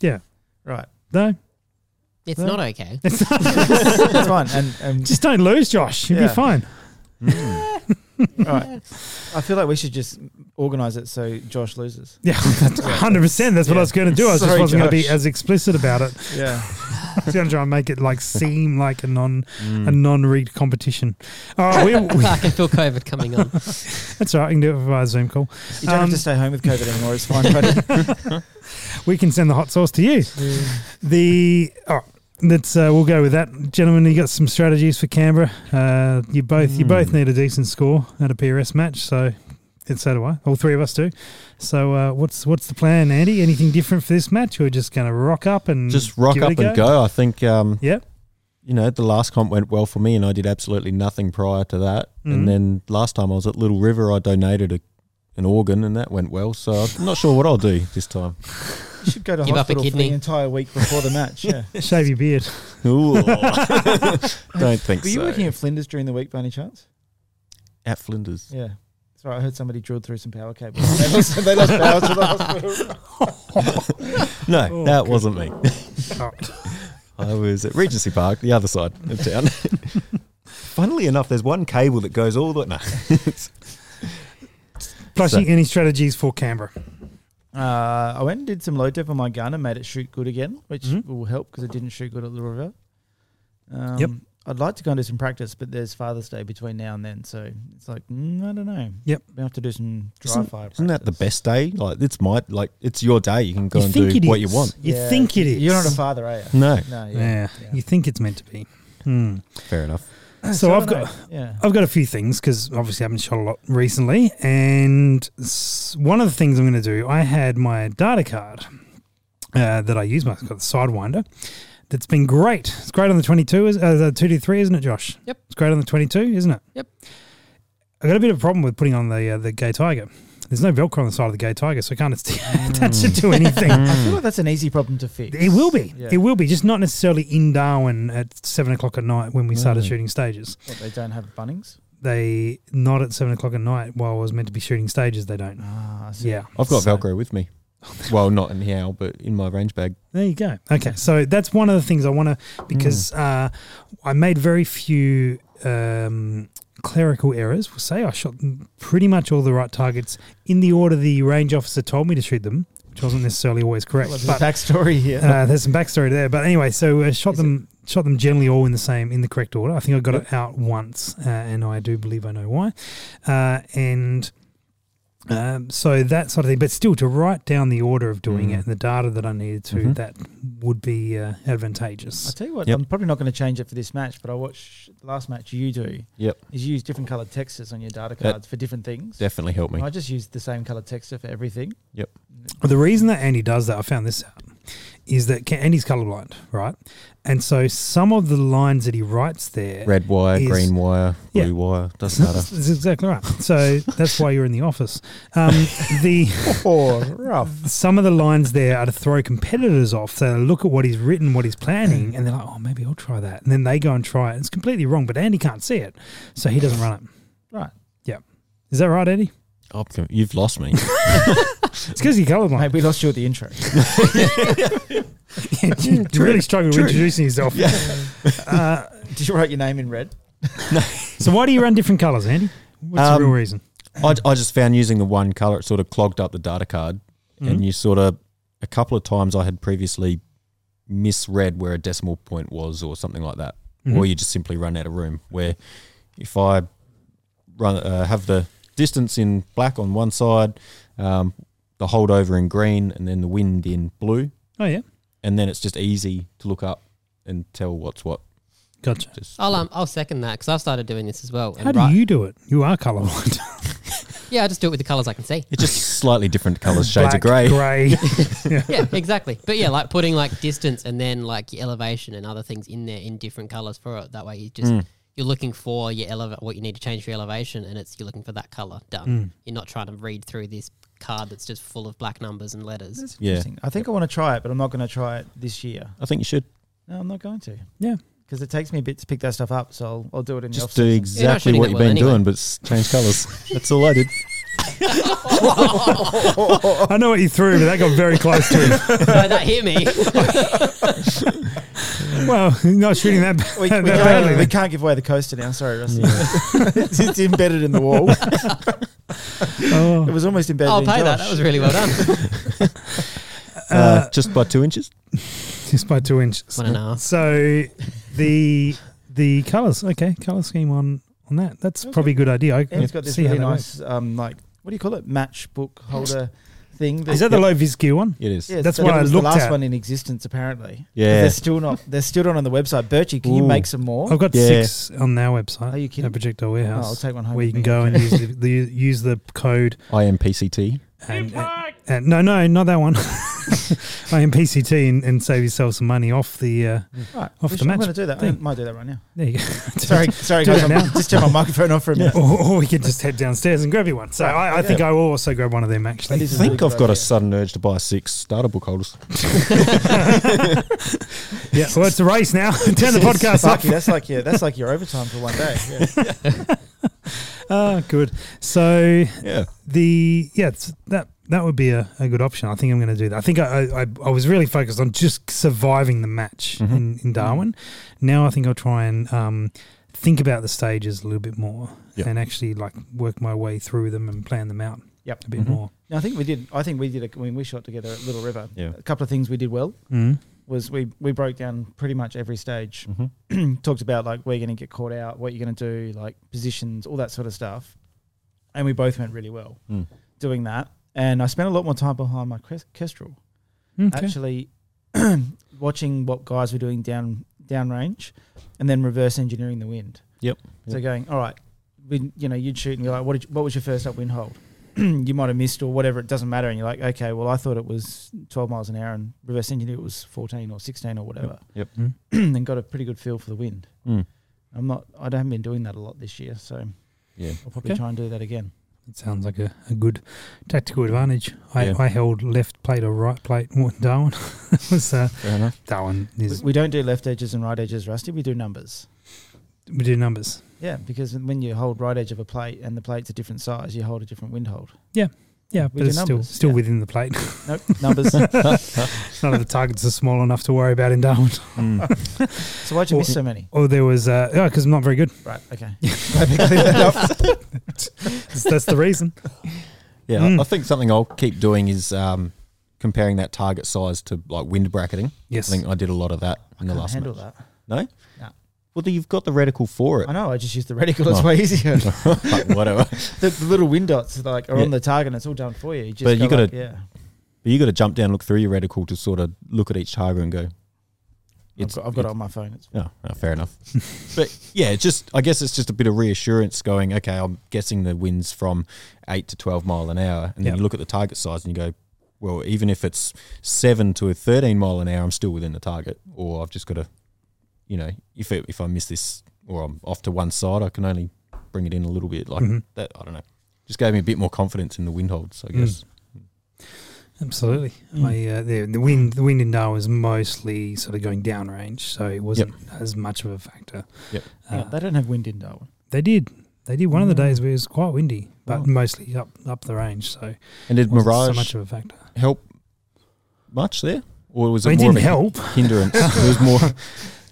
Speaker 1: Yeah.
Speaker 4: Right. *laughs*
Speaker 1: No, *laughs*
Speaker 5: It's
Speaker 1: Well-
Speaker 5: not okay.
Speaker 4: that's fine. And,
Speaker 1: *laughs*
Speaker 4: and
Speaker 1: just don't lose, Josh. You'll
Speaker 4: Yeah.
Speaker 1: be fine.
Speaker 4: Hmm.
Speaker 1: *laughs*
Speaker 4: all right. I feel like we should just organize it so Josh loses.
Speaker 1: Yeah, *laughs* that's 100%. That's what I was going to do. I just
Speaker 4: Sorry,
Speaker 1: wasn't going to be
Speaker 4: Josh.
Speaker 1: as explicit about it.
Speaker 4: Yeah.
Speaker 1: I was going to try and make it like seem like a non
Speaker 4: Hmm.
Speaker 1: a non rigged competition. All right, we,
Speaker 4: *laughs*
Speaker 1: we,
Speaker 5: I can feel COVID coming on.
Speaker 1: that's all right. I can do it via Zoom call.
Speaker 4: You don't
Speaker 1: Um,
Speaker 4: have to stay home with COVID anymore. It's fine,
Speaker 1: *laughs*
Speaker 4: buddy.
Speaker 1: We can send the hot sauce to you. The oh, let's uh, we'll go with that, gentlemen. You got some strategies for Canberra. Uh, you both you
Speaker 4: Hmm.
Speaker 1: both need a decent score at a PRS match, so and so do I. All three of us do. So uh, what's what's the plan, Andy? Anything different for this match? We're just going to rock up and
Speaker 2: Just rock
Speaker 1: give it
Speaker 2: up
Speaker 1: a
Speaker 2: and go. I think, um,
Speaker 1: Yep.
Speaker 2: you know, the last comp went well for me and I did absolutely nothing prior to that.
Speaker 1: Mhm.
Speaker 2: And then last time I was at Little River, I donated a, an organ and that went well. So I'm not sure what I'll do this time.
Speaker 4: You should go to
Speaker 5: Give up a
Speaker 4: hospital for the
Speaker 5: kidney.
Speaker 4: entire week before
Speaker 1: *laughs*
Speaker 4: the match. Yeah.
Speaker 1: Shave your
Speaker 2: *laughs*
Speaker 1: beard.
Speaker 2: Ooh. Don't think
Speaker 4: Were you
Speaker 2: so.
Speaker 4: working at Flinders during the week by any chance?
Speaker 2: at Flinders?
Speaker 4: Yeah. Sorry, I heard somebody drilled through some power cables. they, lost, they lost power to the hospital.
Speaker 2: *laughs* No,
Speaker 1: Oh,
Speaker 2: that wasn't me.
Speaker 1: Oh.
Speaker 2: I was at Regency Park, the other side of town. *laughs* Funnily enough, there's one cable that goes all the way. No.
Speaker 1: Plushing
Speaker 2: So-
Speaker 1: any strategies for Canberra?
Speaker 4: Uh, I went and did some low def on my gun and made it shoot good again, which
Speaker 1: Mhm.
Speaker 4: will help because it didn't shoot good at Little River. Um,
Speaker 1: Yep.
Speaker 4: I'd like to go and do some practice, but there's Father's Day between now and then, so it's like mm, I don't know.
Speaker 1: Yep.
Speaker 4: we have to do some dry fire.
Speaker 2: Isn't that the
Speaker 4: practice.
Speaker 2: best day? Like it's my like it's your day. You can go and do
Speaker 1: it
Speaker 2: what
Speaker 1: is.
Speaker 2: you want.
Speaker 1: You
Speaker 4: Yeah,
Speaker 1: think it is.
Speaker 4: You're not a father, are you?
Speaker 2: No,
Speaker 4: No.
Speaker 1: Yeah.
Speaker 4: Yeah. Uh,
Speaker 1: you think it's meant to be. Hmm.
Speaker 2: fair enough.
Speaker 1: So,
Speaker 4: I
Speaker 1: I've
Speaker 4: don't
Speaker 1: got. Mm.
Speaker 4: know. Yeah.
Speaker 1: I've got a few things because obviously I haven't shot a lot recently. And s- one of the things I'm going to do, I had my data card uh, that I use, my I've got the Sidewinder. That's been great. It's great on the 22, is- uh, the 223, isn't it, Josh?
Speaker 5: Yep.
Speaker 1: It's great on the 22, isn't it?
Speaker 5: Yep.
Speaker 1: I got a bit of a problem with putting on the uh, the Gay Tiger. There's no Velcro on the side of the gay tiger, so I can't att- *laughs* attach it to anything.
Speaker 4: *laughs* I feel like that's an easy problem to fix.
Speaker 1: It will be.
Speaker 4: Yeah.
Speaker 1: It will be. Just not necessarily in Darwin at seven o'clock at night when we started shooting stages.
Speaker 4: What, they don't have Bunnings.
Speaker 1: They not at seven o'clock at night while I was meant to be shooting stages. They don't.
Speaker 4: Ah, I see.
Speaker 1: Yeah.
Speaker 2: I've got
Speaker 1: So-
Speaker 2: Velcro with me. Well, not in here, but in my range bag.
Speaker 1: There you go. Okay, so that's one of the things I want to because
Speaker 2: Hmm.
Speaker 1: uh, I made very few um, clerical errors. We'll say I shot pretty much all the right targets in the order the range officer told me to shoot them, which wasn't necessarily always correct.
Speaker 4: What's the
Speaker 1: But
Speaker 4: backstory here?
Speaker 1: *laughs* uh, there's some backstory there. But anyway, so I shot
Speaker 4: Is
Speaker 1: them. Shot them generally all in the same in the correct order. I think I got it out once, uh, and I do believe I know why. Uh, and um, so that sort of thing, but still to write down the order of doing
Speaker 2: Mm.
Speaker 1: it and the data that I needed to,
Speaker 2: Mhm.
Speaker 1: that would be uh,
Speaker 4: I'll
Speaker 1: advantageous.
Speaker 4: tell you what,
Speaker 2: Yep.
Speaker 4: I'm probably not going to change it for this match, but I watched the last match you do.
Speaker 2: Yep.
Speaker 4: Is you use different coloured textures on your data
Speaker 2: That-
Speaker 4: cards for different things.
Speaker 2: Definitely helped me.
Speaker 4: I just use the same coloured texture for everything.
Speaker 1: The reason that Andy does that, I found this out, is that Ca- Andy's colorblind, right? And so some of the lines that he writes there
Speaker 2: Red wire,
Speaker 1: Is-
Speaker 2: green wire, blue
Speaker 1: Yeah.
Speaker 2: wire. Doesn't matter.
Speaker 1: *laughs* That's exactly right. So that's why you're in the office. Um, *laughs* the
Speaker 2: *laughs* oh, rough.
Speaker 1: some of the lines there are to throw competitors off. So they look at what he's written, what he's
Speaker 2: Mm.
Speaker 1: planning, and they're like, "Oh, maybe I'll try that." And then they go and try it. It's completely wrong, but Andy can't see it, so he doesn't run it.
Speaker 4: Right.
Speaker 1: Is that right, Andy?
Speaker 2: Oh, you've lost me.
Speaker 1: It's because you're
Speaker 4: Hey,
Speaker 1: colourblind.
Speaker 4: we lost you at the intro. *laughs*
Speaker 1: *laughs* you really struggle with introducing yourself. Uh,
Speaker 4: Did you write your name in red?
Speaker 1: so why do you run different colours, Andy? What's
Speaker 2: Um,
Speaker 1: the real reason?
Speaker 2: I, I just found using the one color, it sort of clogged up the data card. And you sort of, a couple of times I had previously misread where a decimal point was or something like that.
Speaker 1: Mhm.
Speaker 2: Or you just simply run out of room. Where if I run, uh, have the distance in black on one side, um, the holdover in green, and then the wind in blue,
Speaker 1: Oh yeah,
Speaker 2: and then it's just easy to look up and tell what's what.
Speaker 1: gotcha.
Speaker 2: Just
Speaker 5: I'll um, I'll second that because I've started doing this as well. and
Speaker 1: How do
Speaker 5: right-
Speaker 1: you do it? You are colourblind.
Speaker 5: Yeah, I just do it with the colors I can see.
Speaker 2: It's just slightly different colours, *laughs* shades of grey.
Speaker 1: Black,
Speaker 2: *laughs*
Speaker 1: grey.
Speaker 5: Yeah, exactly. But yeah, like putting like distance and then like your elevation and other things in there in different colors for it. That way, you just you're looking for your eleva- what you need to change for your elevation, and it's you're looking for that color. Done. You're not trying to read through this card that's just full of black numbers and letters. *laughs*
Speaker 4: That's
Speaker 2: Yeah.
Speaker 4: interesting. I think I want to try it, but I'm not going to try it this year.
Speaker 2: I think you should
Speaker 4: No, I'm not going to.
Speaker 1: Yeah.
Speaker 4: Because it takes me a bit to pick that stuff up, so I'll, I'll do it in the off
Speaker 2: just do exactly
Speaker 5: shooting
Speaker 2: what
Speaker 5: that
Speaker 2: you've
Speaker 5: well
Speaker 2: been
Speaker 5: anyway.
Speaker 2: doing, but s- change
Speaker 4: *laughs*
Speaker 2: colours. That's all I did.
Speaker 5: Oh,
Speaker 1: I know what you threw, but that got very close to
Speaker 2: *laughs*
Speaker 1: him.
Speaker 5: *laughs* no, that hit me.
Speaker 1: Well, *laughs* you're not shooting that, bad,
Speaker 2: *laughs*
Speaker 4: We, we,
Speaker 1: that
Speaker 4: can't,
Speaker 1: badly.
Speaker 4: we can't give away the coaster now. Sorry, Russell. *laughs* it's embedded in the wall.
Speaker 2: *laughs*
Speaker 4: It
Speaker 1: Oh.
Speaker 4: was almost embedded.
Speaker 5: I'll
Speaker 4: in
Speaker 5: pay that.
Speaker 4: Josh.
Speaker 5: That was really well done.
Speaker 2: Uh, just by two inches.
Speaker 1: just by two inches.
Speaker 5: One and a half.
Speaker 1: So the the colors, okay, color scheme on on that. That's probably a good idea. I
Speaker 4: And it's got this
Speaker 1: see how
Speaker 4: really
Speaker 1: that
Speaker 4: nice, um, like what do you call it, matchbook holder thing.
Speaker 1: works. Is that the low vis gear one?
Speaker 2: It is.
Speaker 4: Yeah,
Speaker 1: That's
Speaker 4: that
Speaker 1: what I
Speaker 4: was
Speaker 1: looked
Speaker 4: the last
Speaker 1: at.
Speaker 4: one in existence, apparently.
Speaker 2: Yeah.
Speaker 4: they're still not. They're still not on the website. Birchie, can you
Speaker 2: Ooh.
Speaker 4: make some more?
Speaker 1: I've got
Speaker 2: Yeah.
Speaker 1: six on our website.
Speaker 4: Are you kidding?
Speaker 1: At Projectile
Speaker 4: Oh,
Speaker 1: Warehouse,
Speaker 4: I'll take one home.
Speaker 1: where you
Speaker 4: with
Speaker 1: can
Speaker 4: me.
Speaker 1: go and use the, the use the code.
Speaker 2: I am PCT.
Speaker 1: And, and, and- no, no, not that
Speaker 4: *laughs*
Speaker 1: one. I am PCT and, and save yourself some money off the. Uh,
Speaker 4: Right,
Speaker 1: off the
Speaker 4: we should- I'm
Speaker 1: match
Speaker 4: going to do that. I
Speaker 1: thing.
Speaker 4: might do that right now.
Speaker 1: there you go. *laughs*
Speaker 4: Sorry, sorry,
Speaker 1: do
Speaker 4: guys.
Speaker 1: that
Speaker 4: I'm-
Speaker 1: now. *laughs*
Speaker 4: Just turn my microphone off for a minute.
Speaker 1: or, or we could just head downstairs and grab you one. So I, I think I will also grab one of them actually.
Speaker 4: That
Speaker 2: I
Speaker 4: is a
Speaker 2: think
Speaker 4: really
Speaker 2: I've
Speaker 4: good
Speaker 2: got a
Speaker 4: idea.
Speaker 2: sudden urge to buy six starter book
Speaker 4: *laughs*
Speaker 2: holders.
Speaker 1: Yeah, well, it's a race now. *laughs* Turn the podcast off.
Speaker 4: Fuck you, That's like yeah, that's like your overtime for one day.
Speaker 1: *laughs*
Speaker 4: Yeah.
Speaker 1: Ah, good. So
Speaker 2: Yeah.
Speaker 1: the yeah, it's, that that would be a, a good option. I think I'm going to do that. I think I, I I- I was really focused on just surviving the match
Speaker 4: Mm-hmm.
Speaker 1: in, in Darwin. Now I think I'll try and um, think about the stages a little bit more
Speaker 2: Yeah.
Speaker 1: and actually like work my way through them and plan them out.
Speaker 4: Yep. Mm-hmm.
Speaker 1: a bit
Speaker 2: Mhm.
Speaker 1: more.
Speaker 4: No, I think we did. I think we did. A, I mean, we shot together at Little River.
Speaker 2: Yeah.
Speaker 4: A couple of things we did well
Speaker 1: Mm.
Speaker 4: was we we broke down pretty much every stage.
Speaker 2: Mm-hmm.
Speaker 4: *clears throat* Talked about like where you're going to get caught out, what you're going to do, like positions, all that sort of stuff. And we both went really well
Speaker 2: Mm.
Speaker 4: doing that. And I spent a lot more time behind my kres- kestrel,
Speaker 1: Okay.
Speaker 4: actually *clears throat* watching what guys were doing down downrange, and then reverse engineering the wind.
Speaker 2: Yep.
Speaker 4: So going, all right, we, you know, you'd shoot and you're like, what, did you, what was your first upwind hold? *clears throat* you might have missed or whatever, it doesn't matter. And you're like, okay, well, I thought it was 12 miles an hour and reverse engineer it was 14 or 16 or whatever.
Speaker 2: Yep.
Speaker 1: Mm.
Speaker 4: *clears throat* and got a pretty good feel for the wind.
Speaker 2: Mm.
Speaker 4: I'm not, I haven't been doing that a lot this year. So
Speaker 2: Yeah.
Speaker 4: I'll probably
Speaker 1: Okay.
Speaker 4: try and do that again.
Speaker 1: It sounds like a, a good tactical advantage. I,
Speaker 2: Yeah.
Speaker 1: I held left plate or right plate. with Darwin *laughs* It was uh,
Speaker 2: Fair enough.
Speaker 1: Darwin
Speaker 4: We-
Speaker 1: is
Speaker 4: We don't do left edges and right edges, Rusty. We do numbers.
Speaker 1: we do numbers.
Speaker 4: Yeah, because when you hold right edge of a plate and the plate's a different size, you hold a different wind hold.
Speaker 1: Yeah,
Speaker 4: We
Speaker 1: but
Speaker 4: do
Speaker 1: it's still
Speaker 4: numbers,
Speaker 1: still
Speaker 4: yeah.
Speaker 1: within the plate.
Speaker 2: *laughs*
Speaker 4: Nope, numbers.
Speaker 1: None of the targets are small enough to worry about in Darwin. *laughs*
Speaker 4: *laughs*
Speaker 2: Mm.
Speaker 4: so why'd you miss so many?
Speaker 1: Oh, there was uh, oh, because I'm not very
Speaker 2: *laughs*
Speaker 1: good.
Speaker 4: Right. Okay.
Speaker 1: *laughs* That's, that's the reason.
Speaker 2: Yeah,
Speaker 1: Mm.
Speaker 2: I, I think something I'll keep doing is um, comparing that target size to like wind bracketing. I
Speaker 1: Yes.
Speaker 2: think I did a lot of that in the
Speaker 4: Can't
Speaker 2: last
Speaker 4: handle
Speaker 2: match.
Speaker 4: that.
Speaker 2: No,
Speaker 4: No.
Speaker 2: Well, you've got the reticle for it.
Speaker 4: I know. I just used the reticle. It's
Speaker 2: Oh.
Speaker 4: way
Speaker 2: *laughs*
Speaker 4: easier.
Speaker 2: Like,
Speaker 4: *laughs*
Speaker 2: whatever.
Speaker 4: the, the little wind dots like are
Speaker 2: Yeah.
Speaker 4: on the target. and It's all done for you. you just
Speaker 2: But you
Speaker 4: go
Speaker 2: gotta-
Speaker 4: like, yeah.
Speaker 2: But you got to jump down, look through your reticle to sort of look at each target and go.
Speaker 4: I've
Speaker 2: It's,
Speaker 4: got, I've got it on my phone. It's,
Speaker 2: Oh, oh, fair enough. *laughs* but yeah, it's just I guess it's just a bit of reassurance going. Okay, I'm guessing the wind's from eight to twelve mile an hour, and then
Speaker 1: Yeah.
Speaker 2: you look at the target size and you go, well, even if it's seven to thirteen mile an hour, I'm still within the target. Or I've just got to, you know, if it, if I miss this or I'm off to one side, I can only bring it in a little bit like
Speaker 1: Mhm.
Speaker 2: that. I don't know. Just gave me a bit more confidence in the wind holds,
Speaker 1: Mm.
Speaker 2: I guess.
Speaker 1: Absolutely. I, uh, the, the wind the wind in Darwin was mostly sort of going downrange, so it wasn't as much of a factor.
Speaker 2: Yep.
Speaker 1: Uh,
Speaker 4: yeah, they don't have wind in Darwin.
Speaker 1: they did. They did one of the
Speaker 4: Mm.
Speaker 1: days where it was quite windy, but
Speaker 2: Oh.
Speaker 1: mostly up up the range, so it
Speaker 2: And did
Speaker 1: wasn't
Speaker 2: Mirage
Speaker 1: so much of a factor.
Speaker 2: help much there, or was it
Speaker 1: Well, it
Speaker 2: more of
Speaker 1: didn't
Speaker 2: a
Speaker 1: help.
Speaker 2: hindrance? it
Speaker 1: *laughs*
Speaker 2: was more.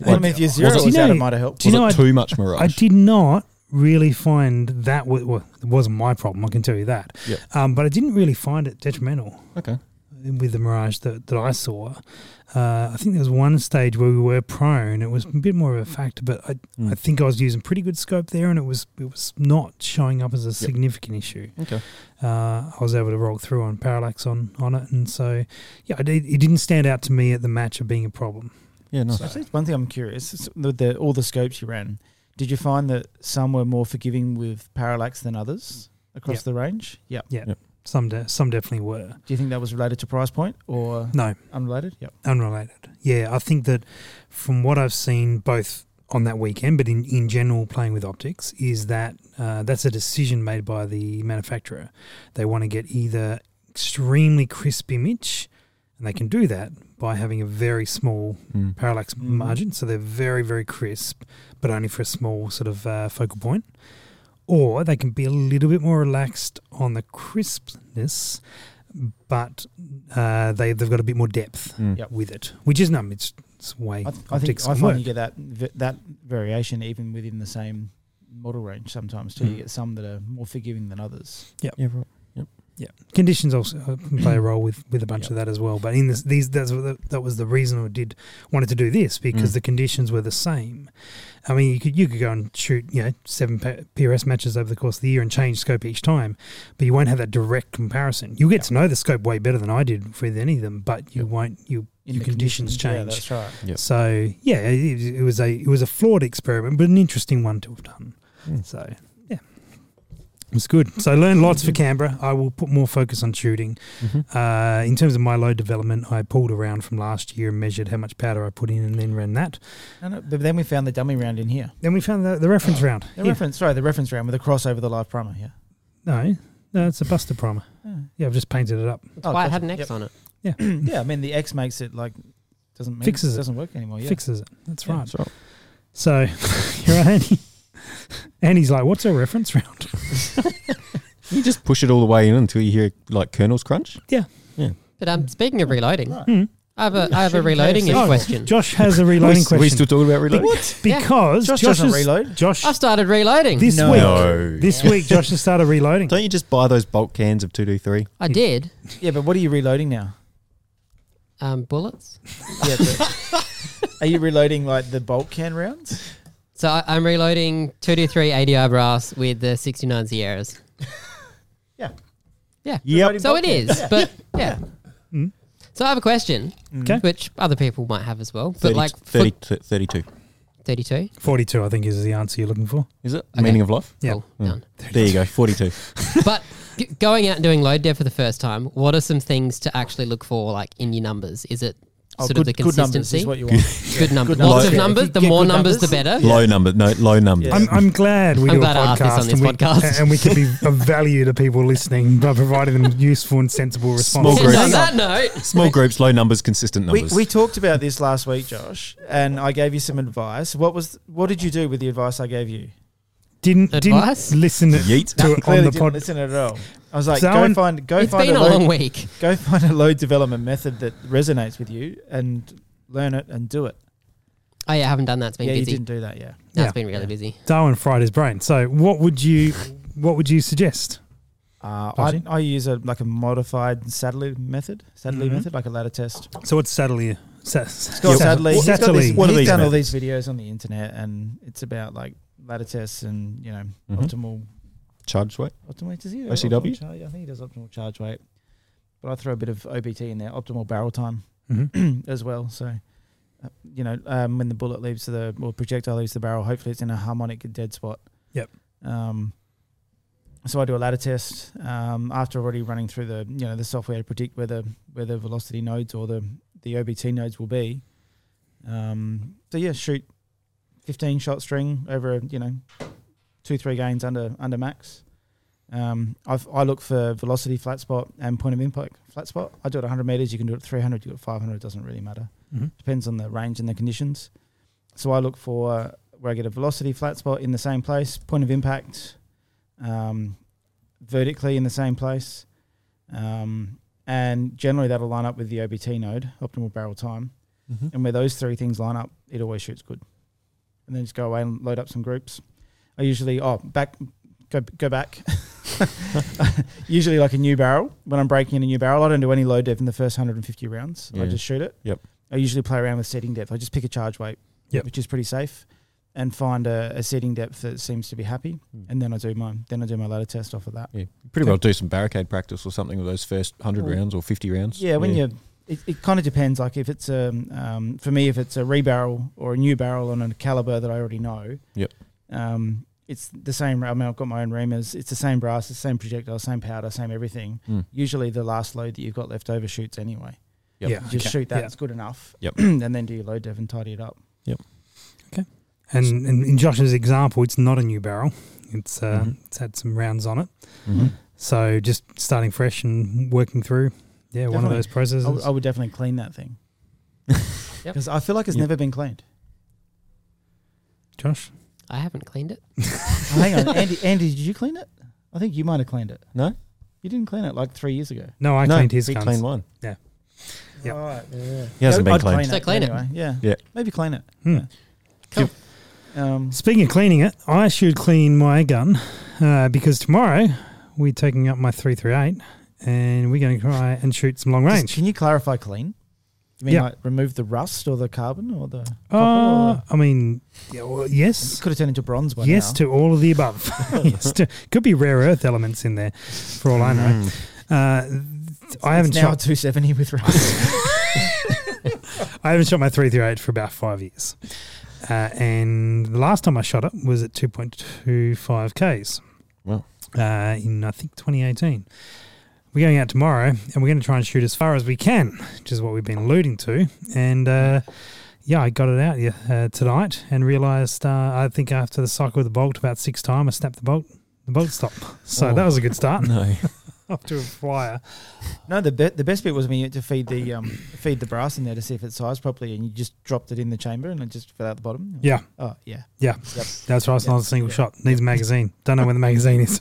Speaker 4: I mean, if your zero
Speaker 1: Do
Speaker 4: was
Speaker 1: you know-
Speaker 4: out, it might have helped.
Speaker 1: Do you
Speaker 2: was
Speaker 1: know
Speaker 2: it
Speaker 1: I-
Speaker 2: too much
Speaker 1: I
Speaker 2: mirage?
Speaker 1: did not really find that wa- wa- it wasn't my problem. I can tell you that.
Speaker 2: Yep.
Speaker 1: Um, but I didn't really find it detrimental
Speaker 2: okay.
Speaker 1: with the mirage that, that I saw. Uh, I think there was one stage where we were prone. It was a bit more of a factor, but I, I think I was using pretty good scope there, and it was it was not showing up as a significant issue.
Speaker 2: Okay.
Speaker 1: Uh, I was able to roll through on parallax on on it, and so yeah, I did, it didn't stand out to me at the match of being a problem.
Speaker 2: Yeah, nice.
Speaker 4: Actually, it's one thing I'm curious. It's the, the, all the scopes you ran, did you find that some were more forgiving with parallax than others across
Speaker 1: Yeah.
Speaker 4: the range? Yeah.
Speaker 1: Some de- some definitely were
Speaker 4: Do you think that was related to price point or
Speaker 1: no.
Speaker 4: unrelated? Yep.
Speaker 1: unrelated. Yeah, I think that from what I've seen, both on that weekend, but in, in general, playing with optics is that uh, that's a decision made by the manufacturer. They want to get either extremely crisp image, and they can do that by having a very small
Speaker 2: Mm.
Speaker 1: parallax
Speaker 4: Mm.
Speaker 1: margin, so they're very very crisp, but only for a small sort of uh, focal point. Or they can be a little bit more relaxed on the crispness, but uh, they they've got a bit more depth
Speaker 2: Mm.
Speaker 4: Yep.
Speaker 1: with it, which is numb. It's, it's the way
Speaker 4: I, th- I think
Speaker 1: optics
Speaker 4: I
Speaker 1: can
Speaker 4: find
Speaker 1: work.
Speaker 4: you get that v- that variation even within the same model range sometimes
Speaker 1: Mm.
Speaker 4: too. You get some that are more forgiving than others.
Speaker 2: Yeah, right.
Speaker 1: Conditions also uh, can
Speaker 4: Mm.
Speaker 1: play a role with, with a bunch of that as well. But in this, these that's what the, that was the reason I did wanted to do this because
Speaker 2: Mm.
Speaker 1: the conditions were the same. I mean, you could you could go and shoot you know seven P- PRS matches over the course of the year and change scope each time, but you won't have that direct comparison. You will get to know the scope way better than I did with any of them, but you won't you
Speaker 4: In
Speaker 1: your
Speaker 4: the
Speaker 1: conditions,
Speaker 4: Yeah,
Speaker 1: change.
Speaker 4: that's right.
Speaker 2: Yep.
Speaker 1: So yeah, it, it was a it was a flawed experiment, but an interesting one to have done.
Speaker 2: Mm.
Speaker 1: So yeah, it was good. So I learned lots for Canberra. I will put more focus on shooting.
Speaker 4: Mm-hmm.
Speaker 1: Uh, in terms of my load development, I pulled around from last year and measured how much powder I put in, and then ran that.
Speaker 4: No, no, uh, but then we found the dummy round in here.
Speaker 1: Then we found the, the reference round. Here.
Speaker 4: The reference, sorry, the reference round with a cross over the live primer. Yeah.
Speaker 1: no, no, it's a buster primer.
Speaker 4: Oh.
Speaker 1: Yeah, I've just painted it up.
Speaker 5: That's why it had an X on it.
Speaker 4: *clears throat* yeah, I mean the X makes it like doesn't mean
Speaker 1: Fixes
Speaker 4: it
Speaker 1: it.
Speaker 4: doesn't work anymore. Oh, Yeah.
Speaker 1: Fixes it. That's
Speaker 4: Yeah.
Speaker 1: right.
Speaker 2: That's right.
Speaker 1: So *laughs* you're right, *laughs* Andy. Andy's like, "What's a reference round?" *laughs*
Speaker 2: You just push it all the way in until you hear like kernels crunch.
Speaker 5: But um, speaking of reloading,
Speaker 1: Hmm.
Speaker 5: I have a I have a reloading
Speaker 4: KFC.
Speaker 1: Oh,
Speaker 5: question.
Speaker 1: Josh has a
Speaker 2: we,
Speaker 1: reloading
Speaker 2: s- we
Speaker 1: question.
Speaker 2: still talking about reloading?
Speaker 5: Yeah.
Speaker 1: Because
Speaker 4: Josh,
Speaker 1: Josh
Speaker 4: doesn't
Speaker 1: is-
Speaker 4: reload.
Speaker 1: Josh
Speaker 5: I've started reloading.
Speaker 1: this
Speaker 4: No.
Speaker 1: week.
Speaker 2: No.
Speaker 1: This week, Josh has started reloading.
Speaker 2: Don't you just buy those bulk cans of two D three?
Speaker 5: I did.
Speaker 4: Yeah, but what are you reloading now?
Speaker 5: Um, bullets.
Speaker 4: Yeah. But are you reloading like the bolt can rounds?
Speaker 5: So I, I'm reloading two to three ADI brass with the 69 Sierras.
Speaker 4: Yeah.
Speaker 5: Yeah.
Speaker 4: Yep.
Speaker 5: So it is, but yeah.
Speaker 1: Mm.
Speaker 5: So I have a question,
Speaker 1: Okay.
Speaker 5: which other people might have as well, but
Speaker 2: 30,
Speaker 5: like
Speaker 2: 30 32.
Speaker 5: 32.
Speaker 1: 42, I think, is the answer you're looking for.
Speaker 2: Is it?
Speaker 5: Okay.
Speaker 2: Meaning of life?
Speaker 1: Yeah.
Speaker 5: Cool, done.
Speaker 2: There you go, *laughs* 42.
Speaker 5: but g- going out and doing load dev for the first time, what are some things to actually look for, like in your numbers? Is it
Speaker 4: Oh,
Speaker 5: sort
Speaker 4: good,
Speaker 5: of the
Speaker 4: good numbers
Speaker 5: consistency.
Speaker 4: is what you want.
Speaker 5: *laughs* good numbers.
Speaker 4: good
Speaker 2: numbers.
Speaker 5: Lots of
Speaker 2: Yeah,
Speaker 5: numbers.
Speaker 4: if
Speaker 5: The
Speaker 4: you get
Speaker 5: more
Speaker 4: good
Speaker 5: numbers, the
Speaker 4: numbers-
Speaker 2: *laughs*
Speaker 5: better.
Speaker 2: Low number, no low numbers.
Speaker 1: I'm, I'm glad we
Speaker 5: I'm
Speaker 1: do
Speaker 5: glad
Speaker 1: a
Speaker 5: I asked
Speaker 1: podcast,
Speaker 5: this on this
Speaker 1: and, we,
Speaker 5: podcast.
Speaker 1: and we can be of value to people listening by providing them useful and sensible responses.
Speaker 2: Small
Speaker 5: And on
Speaker 2: groups.
Speaker 5: that note,
Speaker 2: Small groups, low numbers, consistent
Speaker 4: We,
Speaker 2: numbers.
Speaker 4: we talked about this last week, Josh, and I gave you some advice. What was what did you do with the advice I gave you?
Speaker 1: Didn't
Speaker 5: Advice?
Speaker 1: didn't listen to
Speaker 2: Yeet.
Speaker 1: it on
Speaker 4: Clearly
Speaker 1: the
Speaker 4: didn't
Speaker 1: pod.
Speaker 4: listen at all. I was like,
Speaker 1: So
Speaker 4: go
Speaker 1: I'm-
Speaker 4: find go
Speaker 5: it's
Speaker 4: find
Speaker 5: been a
Speaker 4: load-
Speaker 5: long week.
Speaker 4: go find a load development method that resonates with you and learn it and do it.
Speaker 5: Oh yeah, I haven't done that. It's been
Speaker 4: yeah, you
Speaker 5: busy.
Speaker 4: didn't do that. Yeah,
Speaker 5: No,
Speaker 1: Yeah.
Speaker 5: It's been really busy.
Speaker 1: Darwin fried his brain. So what would you what would you suggest?
Speaker 4: uh, I,
Speaker 1: Pudgy?
Speaker 4: I use a like a modified Sadly method, Sadly
Speaker 1: Mhm.
Speaker 4: method, like a ladder test.
Speaker 1: So what's Sadly sa-
Speaker 4: Scott
Speaker 1: sa-
Speaker 4: Sadly, he's, got
Speaker 1: Satterley.
Speaker 4: this,
Speaker 2: What are
Speaker 4: he's
Speaker 2: these
Speaker 4: done all these videos on the internet, and it's about like ladder tests and you know
Speaker 2: Mhm.
Speaker 4: optimal
Speaker 2: Charge weight.
Speaker 4: optimal weight, does he?
Speaker 2: OCW?
Speaker 4: Optimal charge- I think he does optimal charge weight, but I throw a bit of OBT in there, optimal barrel time.
Speaker 1: Mhm.
Speaker 4: *clears throat* as well. So, uh, you know, um, when the bullet leaves the or projectile leaves the barrel, hopefully it's in a harmonic dead spot.
Speaker 1: Yep.
Speaker 4: Um, so I do a ladder test um, after already running through the you know the software to predict where the where the velocity nodes or the the OBT nodes will be. Um, so yeah, shoot fifteen shot string over you know two three gains under under max. Um, I've, I look for velocity flat spot and point of impact flat spot. I do it 100 meters. You can do it at 300. You do it at 500. It doesn't really matter.
Speaker 1: Mhm.
Speaker 4: Depends on the range and the conditions. So I look for where I get a velocity flat spot in the same place, point of impact, um, vertically in the same place, um, and generally that'll line up with the OBT node, optimal barrel time.
Speaker 2: Mhm.
Speaker 4: And where those three things line up, it always shoots good. And then just go away and load up some groups. I usually oh back go go back. *laughs* usually like a new barrel. When I'm breaking in a new barrel, I don't do any low depth in the first 150 rounds. I
Speaker 2: Yeah.
Speaker 4: just shoot it.
Speaker 2: Yep.
Speaker 4: I usually play around with setting depth. I just pick a charge weight,
Speaker 1: Yep.
Speaker 4: which is pretty safe, and find a, a setting depth that seems to be happy.
Speaker 2: Hmm.
Speaker 4: And then I do my then I do my ladder test off of that.
Speaker 2: Yeah, pretty well do some barricade practice or something with those first hundred
Speaker 4: Well,
Speaker 2: rounds or fifty rounds.
Speaker 4: Yeah, when you it, it kind of depends. Like if it's a um, for me, if it's a rebarrel or a new barrel on a caliber that I already know.
Speaker 2: Yep.
Speaker 4: Um, it's the same. I mean, I've got my own reamers. It's the same brass, the same projectile, same powder, same everything.
Speaker 2: Mm.
Speaker 4: Usually, the last load that you've got left over shoots anyway.
Speaker 2: Yep.
Speaker 1: Yeah,
Speaker 4: You just
Speaker 1: okay.
Speaker 4: shoot that;
Speaker 1: Yeah.
Speaker 4: it's good enough. *clears throat*
Speaker 2: Yep.
Speaker 4: and then do your load dev and tidy it up.
Speaker 1: And, and in Josh's example, it's not a new barrel. It's uh,
Speaker 4: Mm-hmm.
Speaker 2: Mhm.
Speaker 1: it's had some rounds on it.
Speaker 2: Mhm.
Speaker 1: So just starting fresh and working through. Yeah, one of
Speaker 4: Definitely.
Speaker 1: those processes.
Speaker 4: I, would- I would definitely clean
Speaker 2: *laughs*
Speaker 4: that thing.
Speaker 5: Yep.
Speaker 4: Because I feel like it's
Speaker 2: Yep.
Speaker 4: never been cleaned.
Speaker 1: Josh,
Speaker 5: I haven't cleaned it.
Speaker 4: Oh, Hang
Speaker 2: *laughs*
Speaker 4: on, Andy. Andy, did you clean it? I think you might have cleaned it.
Speaker 2: No.
Speaker 4: you didn't clean it like three years ago.
Speaker 1: no, I
Speaker 2: no,
Speaker 1: cleaned his
Speaker 2: he
Speaker 1: guns.
Speaker 2: cleaned mine.
Speaker 1: Yep.
Speaker 4: All right. Yeah.
Speaker 2: He hasn't been
Speaker 4: I'd
Speaker 2: cleaned.
Speaker 5: So clean it.
Speaker 4: Yeah.
Speaker 2: Yeah.
Speaker 4: Maybe clean it.
Speaker 1: Hmm.
Speaker 4: Yeah.
Speaker 5: Cool.
Speaker 4: Um,
Speaker 1: Speaking of cleaning it, I should clean my gun uh, because tomorrow we're taking up my 338 and we're going to try and shoot some long
Speaker 4: just-
Speaker 1: range.
Speaker 4: Can you clarify clean? You mean
Speaker 1: Yeah.
Speaker 4: like remove the rust or the carbon or the copper?
Speaker 1: Uh,
Speaker 4: or
Speaker 1: I mean, yeah, well,
Speaker 4: the,
Speaker 1: yes.
Speaker 4: could have turned into bronze by
Speaker 1: Yes
Speaker 4: now.
Speaker 1: to all of the above. *laughs* yes to, could be rare earth elements in there for all I know.
Speaker 2: Mm.
Speaker 1: Uh, I haven't
Speaker 4: it's now a
Speaker 1: shot
Speaker 4: 270 with rust.
Speaker 1: *laughs* I haven't shot my 338 for about 5 years. Uh, and the last time I shot it was at 2.25 Ks.
Speaker 2: Wow.
Speaker 1: Uh, in I think 2018. We're going out tomorrow and we're going to try and shoot as far as we can, which is what we've been alluding to. And uh, yeah, I got it out yeah, uh, tonight and realized uh, I think after the cycle of the bolt about six times, I snapped the bolt. The bolt stop. So
Speaker 2: Oh.
Speaker 1: that was a good start. *laughs*
Speaker 2: *laughs* No,
Speaker 1: Off to a flyer.
Speaker 4: no, the be- the best bit was when you had to feed the um, feed the brass in there to see if it sized properly, and you just dropped it in the chamber and it just fell out the bottom.
Speaker 1: Yeah.
Speaker 4: Oh yeah.
Speaker 1: Yeah.
Speaker 4: Yep.
Speaker 1: That's right. It's not
Speaker 4: Yeah.
Speaker 1: a single
Speaker 4: Yeah.
Speaker 1: shot. Needs a magazine. Don't know where the magazine
Speaker 4: *laughs*
Speaker 1: is.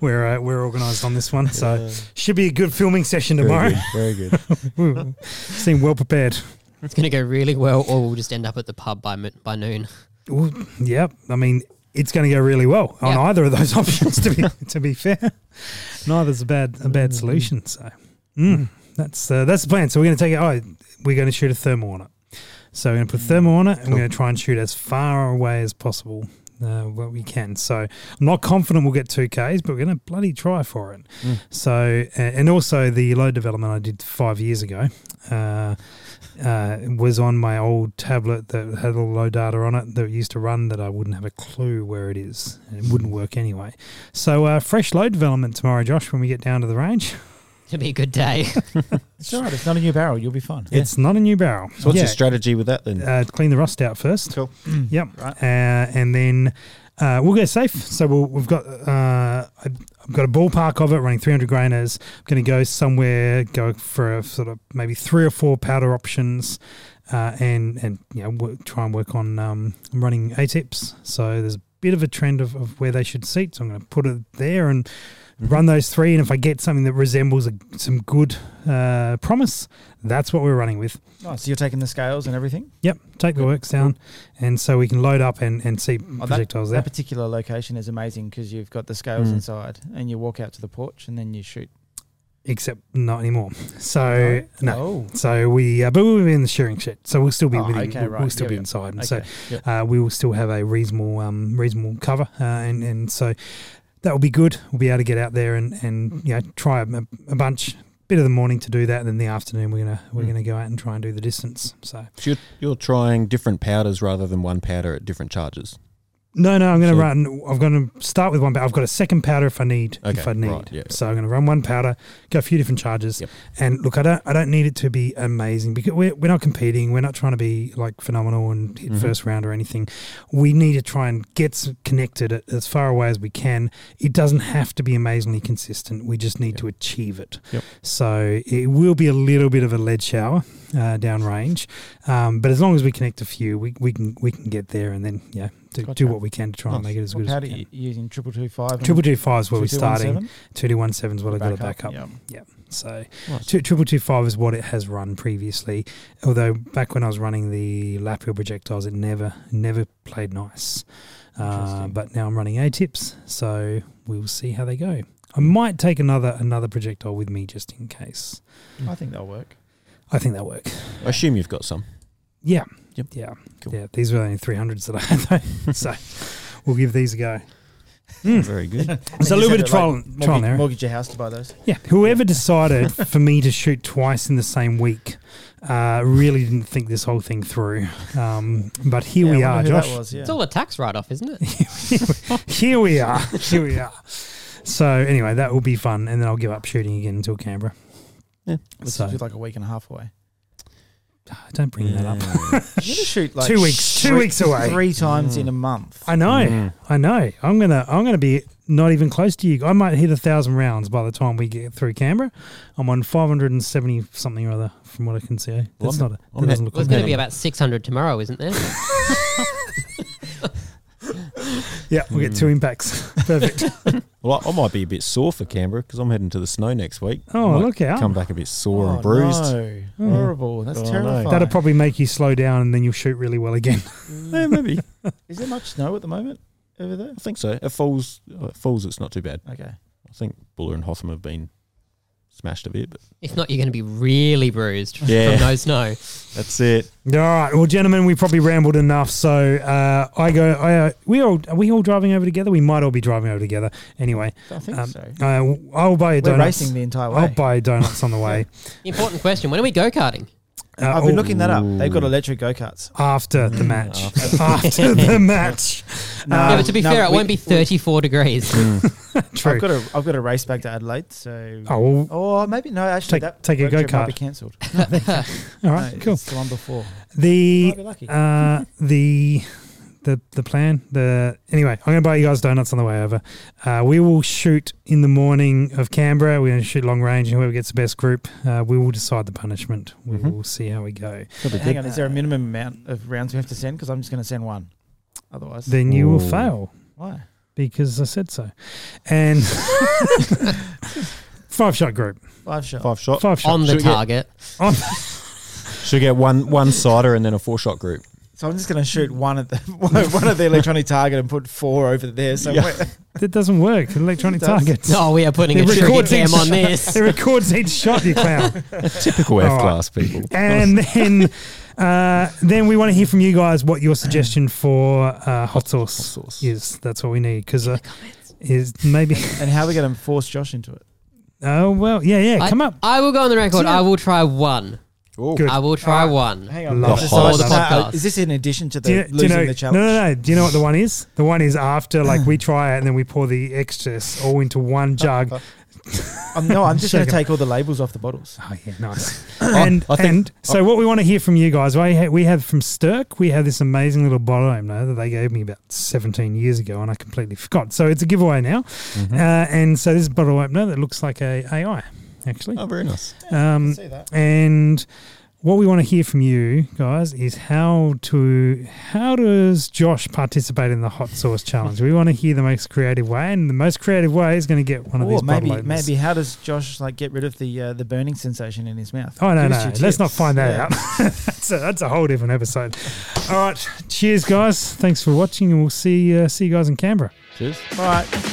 Speaker 1: we're uh, we're organised on this one, so should be a good filming session tomorrow. *laughs*
Speaker 2: Very good. Very good.
Speaker 1: Ooh, Seem well prepared.
Speaker 5: It's going to go really well, or we'll just end up at the pub by mi- by noon. *laughs*
Speaker 1: Ooh, Yep. I mean, it's going to go really well on
Speaker 5: Yeah.
Speaker 1: either of those *laughs* options. To be to be fair, neither's a bad a bad solution. So, mm, that's uh, that's the plan. So we're going to take it. Oh, we're going to shoot a thermal on it. So we're going to put thermal on it, and
Speaker 2: Cool.
Speaker 1: we're going to try and shoot as far away as possible. Uh, what we can. So I'm not confident we'll get two Ks, but we're going to bloody try for it.
Speaker 2: Mm.
Speaker 1: So a- and also the load development I did five years ago uh, uh, was on my old tablet that had all the low data on it that used to run that I wouldn't have a clue where it is
Speaker 2: Hmm.
Speaker 1: and it wouldn't work anyway. So uh, fresh load development tomorrow, Josh, when we get down to the range.
Speaker 5: to be a good day.
Speaker 4: It's all right. It's not a new barrel. You'll be fine.
Speaker 1: It's not a new barrel.
Speaker 2: So what's
Speaker 1: Yeah.
Speaker 2: your strategy with that then?
Speaker 1: uh, clean the rust out first.
Speaker 2: Cool.
Speaker 1: *clears throat* yep. Uh, and then uh, we'll go safe. So we'll, we've got uh, I've I've got a ballpark of it running 300 grainers. I'm going to go somewhere, go for a sort of maybe three or four powder options, uh, and and you know work, try and work on um, running ATIPs. So there's a bit of a trend of, of where they should seat. So I'm going to put it there and. Run those three, and if I get something that resembles a, some good uh, promise, that's what we're running with.
Speaker 4: Oh, so you're taking the scales and everything.
Speaker 1: Yep, take the works down, and so we can load up and, and see
Speaker 4: Oh, that,
Speaker 1: projectiles
Speaker 4: that
Speaker 1: there.
Speaker 4: particular location is amazing because you've got the scales
Speaker 2: Mm.
Speaker 4: inside, and you walk out to the porch, and then you shoot.
Speaker 1: Except not anymore. So no.
Speaker 4: Oh.
Speaker 1: So we, uh, but we'll be in the shearing shed, so we'll still be
Speaker 4: Oh,
Speaker 1: within,
Speaker 4: okay,
Speaker 1: we'll,
Speaker 4: right.
Speaker 1: we'll still
Speaker 4: Yeah,
Speaker 1: be
Speaker 4: yeah.
Speaker 1: inside, and
Speaker 4: Okay.
Speaker 1: so
Speaker 4: Yep.
Speaker 1: uh, we will still have a reasonable um, reasonable cover, uh, and and so that will be good. We'll be able to get out there and and you know, try a, a bunch. Bit of the morning to do that, and then the afternoon we're gonna we're
Speaker 4: Hmm.
Speaker 2: Mm.
Speaker 1: gonna go out and try and do the distance. So
Speaker 2: So you're, you're trying different powders rather than one powder at different charges.
Speaker 1: No, no, I'm going to
Speaker 2: So-
Speaker 1: run. I'm going to start with one powder. I've got a second powder if I need. if
Speaker 2: Okay,
Speaker 1: I need,
Speaker 2: right, yeah.
Speaker 1: so I'm going to run one powder, go a few different charges,
Speaker 2: Yep.
Speaker 1: and look. I don't. I don't need it to be amazing because we're, we're not competing. We're not trying to be like phenomenal and hit
Speaker 2: Mhm.
Speaker 1: first round or anything. We need to try and get s- connected a- as far away as we can. It doesn't have to be amazingly consistent. We just need
Speaker 2: Yep.
Speaker 1: to achieve it.
Speaker 2: Yep.
Speaker 1: So it will be a little bit of a lead shower uh, downrange, um, but as long as we connect a few, we, we can we can get there and then yeah, do,
Speaker 4: Gotcha.
Speaker 1: do what we can to try and
Speaker 2: Nice.
Speaker 1: make it as
Speaker 4: What
Speaker 1: good as
Speaker 4: powder
Speaker 1: we
Speaker 4: you
Speaker 1: can.
Speaker 4: you using? Triple two five. and
Speaker 1: Triple two five is where we're starting.
Speaker 4: 2217?
Speaker 1: Two two one seven is what I got to
Speaker 4: Back
Speaker 1: back up.
Speaker 4: Yep.
Speaker 1: So
Speaker 2: Nice.
Speaker 1: two, triple two five is what it has run previously. Although back when I was running the lap wheel projectiles, it never never played nice. Uh,
Speaker 4: Interesting.
Speaker 1: but now I'm running A tips, so we will see how they go. I might take another another projectile with me just in case.
Speaker 4: I think that'll work.
Speaker 1: I think that'll work.
Speaker 2: I assume you've got some.
Speaker 1: Yeah.
Speaker 2: Yep.
Speaker 1: Yeah.
Speaker 2: Cool.
Speaker 1: Yeah. These were the only 300s that I had, though. *laughs* so we'll give these a go.
Speaker 2: Very
Speaker 4: *laughs*
Speaker 2: good.
Speaker 1: It's a
Speaker 4: And you
Speaker 1: little
Speaker 4: said
Speaker 1: bit of
Speaker 4: that,
Speaker 1: trial, and
Speaker 4: like,
Speaker 1: trial and
Speaker 4: mortgage,
Speaker 1: error.
Speaker 4: mortgage your house to buy those.
Speaker 1: Yeah. Whoever decided for me to shoot twice in the same week uh, really didn't think this whole thing through. Um, but here
Speaker 4: Yeah,
Speaker 1: we
Speaker 4: I
Speaker 1: are,
Speaker 4: wonder who that
Speaker 1: Josh.
Speaker 4: was, yeah.
Speaker 5: It's all a tax write off, *laughs* isn't it?
Speaker 1: *laughs* Here we are. Here we are. So anyway, that will be fun, and then I'll give up shooting again until Canberra.
Speaker 4: This
Speaker 1: So-
Speaker 4: is like a week and a half
Speaker 1: *laughs*
Speaker 4: away.
Speaker 1: Ah, Don't bring that up.
Speaker 2: Mm.
Speaker 4: I'm gonna shoot like
Speaker 1: Two weeks- two
Speaker 4: three-
Speaker 1: weeks away. Hmm.
Speaker 4: Three times in a month.
Speaker 1: I know,
Speaker 2: Mm.
Speaker 1: I know. I'm gonna, I'm gonna be not even close to you. I might hit a thousand rounds by the time we get through Canberra. I'm on 570 something or other, from what I can see. That's
Speaker 2: I'm-
Speaker 1: not. A,
Speaker 2: I'm
Speaker 1: that doesn't
Speaker 2: at-
Speaker 1: look
Speaker 5: Well,
Speaker 1: like
Speaker 5: it's going
Speaker 1: it.
Speaker 5: to be about 600 tomorrow, isn't there?
Speaker 1: Yeah, we'll get two
Speaker 4: Hmm.
Speaker 1: impacts. *laughs*
Speaker 4: *laughs*
Speaker 1: Perfect.
Speaker 2: Well, I, I might be a bit sore for Canberra because I'm heading to the snow next week.
Speaker 1: Oh,
Speaker 2: Might
Speaker 1: look out.
Speaker 2: Come back a bit sore
Speaker 4: Oh,
Speaker 2: and bruised.
Speaker 4: no.
Speaker 1: Hmm.
Speaker 4: Horrible. That's
Speaker 2: Oh, no.
Speaker 4: terrifying.
Speaker 1: That'll probably make you slow down, and then you'll shoot really well again. *laughs*
Speaker 2: Yeah, maybe.
Speaker 4: Is there much snow at the moment over there?
Speaker 2: I think so. It falls. uh, It falls. It's not too bad.
Speaker 4: Okay.
Speaker 2: I think Buller and Hotham have been smashed a bit, but
Speaker 5: *laughs* if not, you're going to be really bruised
Speaker 2: Yeah.
Speaker 5: from no snow.
Speaker 2: that's it.
Speaker 1: All right, well, gentlemen, we probably rambled enough. So uh, I go. I, uh, we all are we all driving over together? We might all be driving over together. Anyway,
Speaker 4: I think
Speaker 1: um,
Speaker 4: so.
Speaker 1: uh, I'll buy a
Speaker 4: We're
Speaker 1: donuts.
Speaker 4: racing the entire
Speaker 1: I'll
Speaker 4: way.
Speaker 1: buy donuts on the
Speaker 4: *laughs*
Speaker 1: way.
Speaker 5: Important question. When are we go karting?
Speaker 1: Uh,
Speaker 4: I've been
Speaker 1: oh,
Speaker 4: looking that up. They've got electric go karts.
Speaker 1: after the match. *laughs* After the match.
Speaker 4: Um,
Speaker 5: yeah, but to be fair, it won't be 34 degrees.
Speaker 1: True.
Speaker 4: I've got a I've got a race back to Adelaide, so
Speaker 1: oh, well,
Speaker 4: or uh, maybe no.
Speaker 1: Take-
Speaker 4: Actually, that
Speaker 1: take a
Speaker 4: road trip
Speaker 1: go-kart.
Speaker 4: might be cancelled.
Speaker 1: all right,
Speaker 4: No,
Speaker 1: cool.
Speaker 4: It's the one before.
Speaker 1: The
Speaker 2: *laughs*
Speaker 4: Might be lucky.
Speaker 1: uh, the the the plan. The anyway, I'm gonna buy you guys donuts on the way over. Uh, we will shoot in the morning of Canberra. We're gonna shoot long range, and whoever gets the best group, uh, we will decide the punishment. We
Speaker 2: Mhm.
Speaker 1: will see how we go.
Speaker 4: But hang on, is there a minimum amount of rounds we have to send? Because I'm just going to send one. Otherwise,
Speaker 1: Then you will
Speaker 2: Ooh.
Speaker 1: fail.
Speaker 4: why?
Speaker 1: because I said so. And five shot group.
Speaker 4: Five shot.
Speaker 2: Five shot.
Speaker 1: Five shot.
Speaker 5: *laughs* on the
Speaker 2: Should we get-
Speaker 5: target.
Speaker 2: Should get one one cider and then a four shot group.
Speaker 4: So I'm just going to shoot one at the *laughs* one, one at the electronic target and put four over there somewhere.
Speaker 1: That doesn't work. Electronic
Speaker 4: It does.
Speaker 1: targets.
Speaker 5: Oh, we are putting a
Speaker 1: It
Speaker 5: trigger
Speaker 1: records
Speaker 5: cam
Speaker 1: each-
Speaker 5: on this.
Speaker 1: It records each shot, you clown.
Speaker 2: Typical
Speaker 1: All
Speaker 2: F class people.
Speaker 4: *laughs*
Speaker 1: And then, uh, then we want to hear from you guys what your suggestion for uh, hot sauce,
Speaker 2: sauce.
Speaker 1: is. That's what we need because uh, is maybe.
Speaker 4: And how are we going to force Josh into it?
Speaker 1: Oh well, yeah, yeah.
Speaker 5: I-
Speaker 1: come up.
Speaker 5: I will go on the record.
Speaker 1: Yeah.
Speaker 5: I will try one.
Speaker 2: Oh,
Speaker 1: Good.
Speaker 5: I will try
Speaker 4: All right.
Speaker 5: one.
Speaker 4: Hang on,
Speaker 1: Love
Speaker 4: this
Speaker 2: the
Speaker 4: is-
Speaker 2: whole
Speaker 4: no,
Speaker 5: podcast.
Speaker 4: is this in addition to the
Speaker 1: Do you, do you
Speaker 4: losing
Speaker 1: know?
Speaker 4: the
Speaker 1: No,
Speaker 4: challenge?
Speaker 1: no, no. Do you know what the one is?
Speaker 4: *sighs* *laughs*
Speaker 1: The one is after like we try it and then we pour the excess all into one jug
Speaker 4: I'm, no, I'm just going
Speaker 1: Shake
Speaker 4: to
Speaker 1: 'em.
Speaker 4: take all the labels off the bottles.
Speaker 1: Oh yeah, *coughs* nice. and
Speaker 2: I think-
Speaker 1: and so what we want to hear from you guys, we ha- we have from Stirk, we have this amazing little bottle opener that they gave me about 17 years ago, and I completely forgot. So it's a giveaway now, uh, and so this bottle opener that looks like a AI actually.
Speaker 2: Oh, very nice.
Speaker 1: Um, and what we want to hear from you guys is how to how does Josh participate in the hot sauce challenge? We want to hear the most creative way, and the most creative way is going to get one of
Speaker 4: Or
Speaker 1: these
Speaker 4: maybe,
Speaker 1: bottle openers.
Speaker 4: maybe how does Josh like get rid of the uh, the burning sensation in his mouth?
Speaker 1: Oh no,
Speaker 4: Give us
Speaker 1: no,
Speaker 4: your
Speaker 1: let's not
Speaker 4: tips.
Speaker 1: find that
Speaker 4: Yeah.
Speaker 1: out. *laughs* that's, a, that's a whole different episode. All right, cheers, guys. Thanks for watching, and we'll see uh, see you guys in Canberra.
Speaker 2: Cheers.
Speaker 4: All right.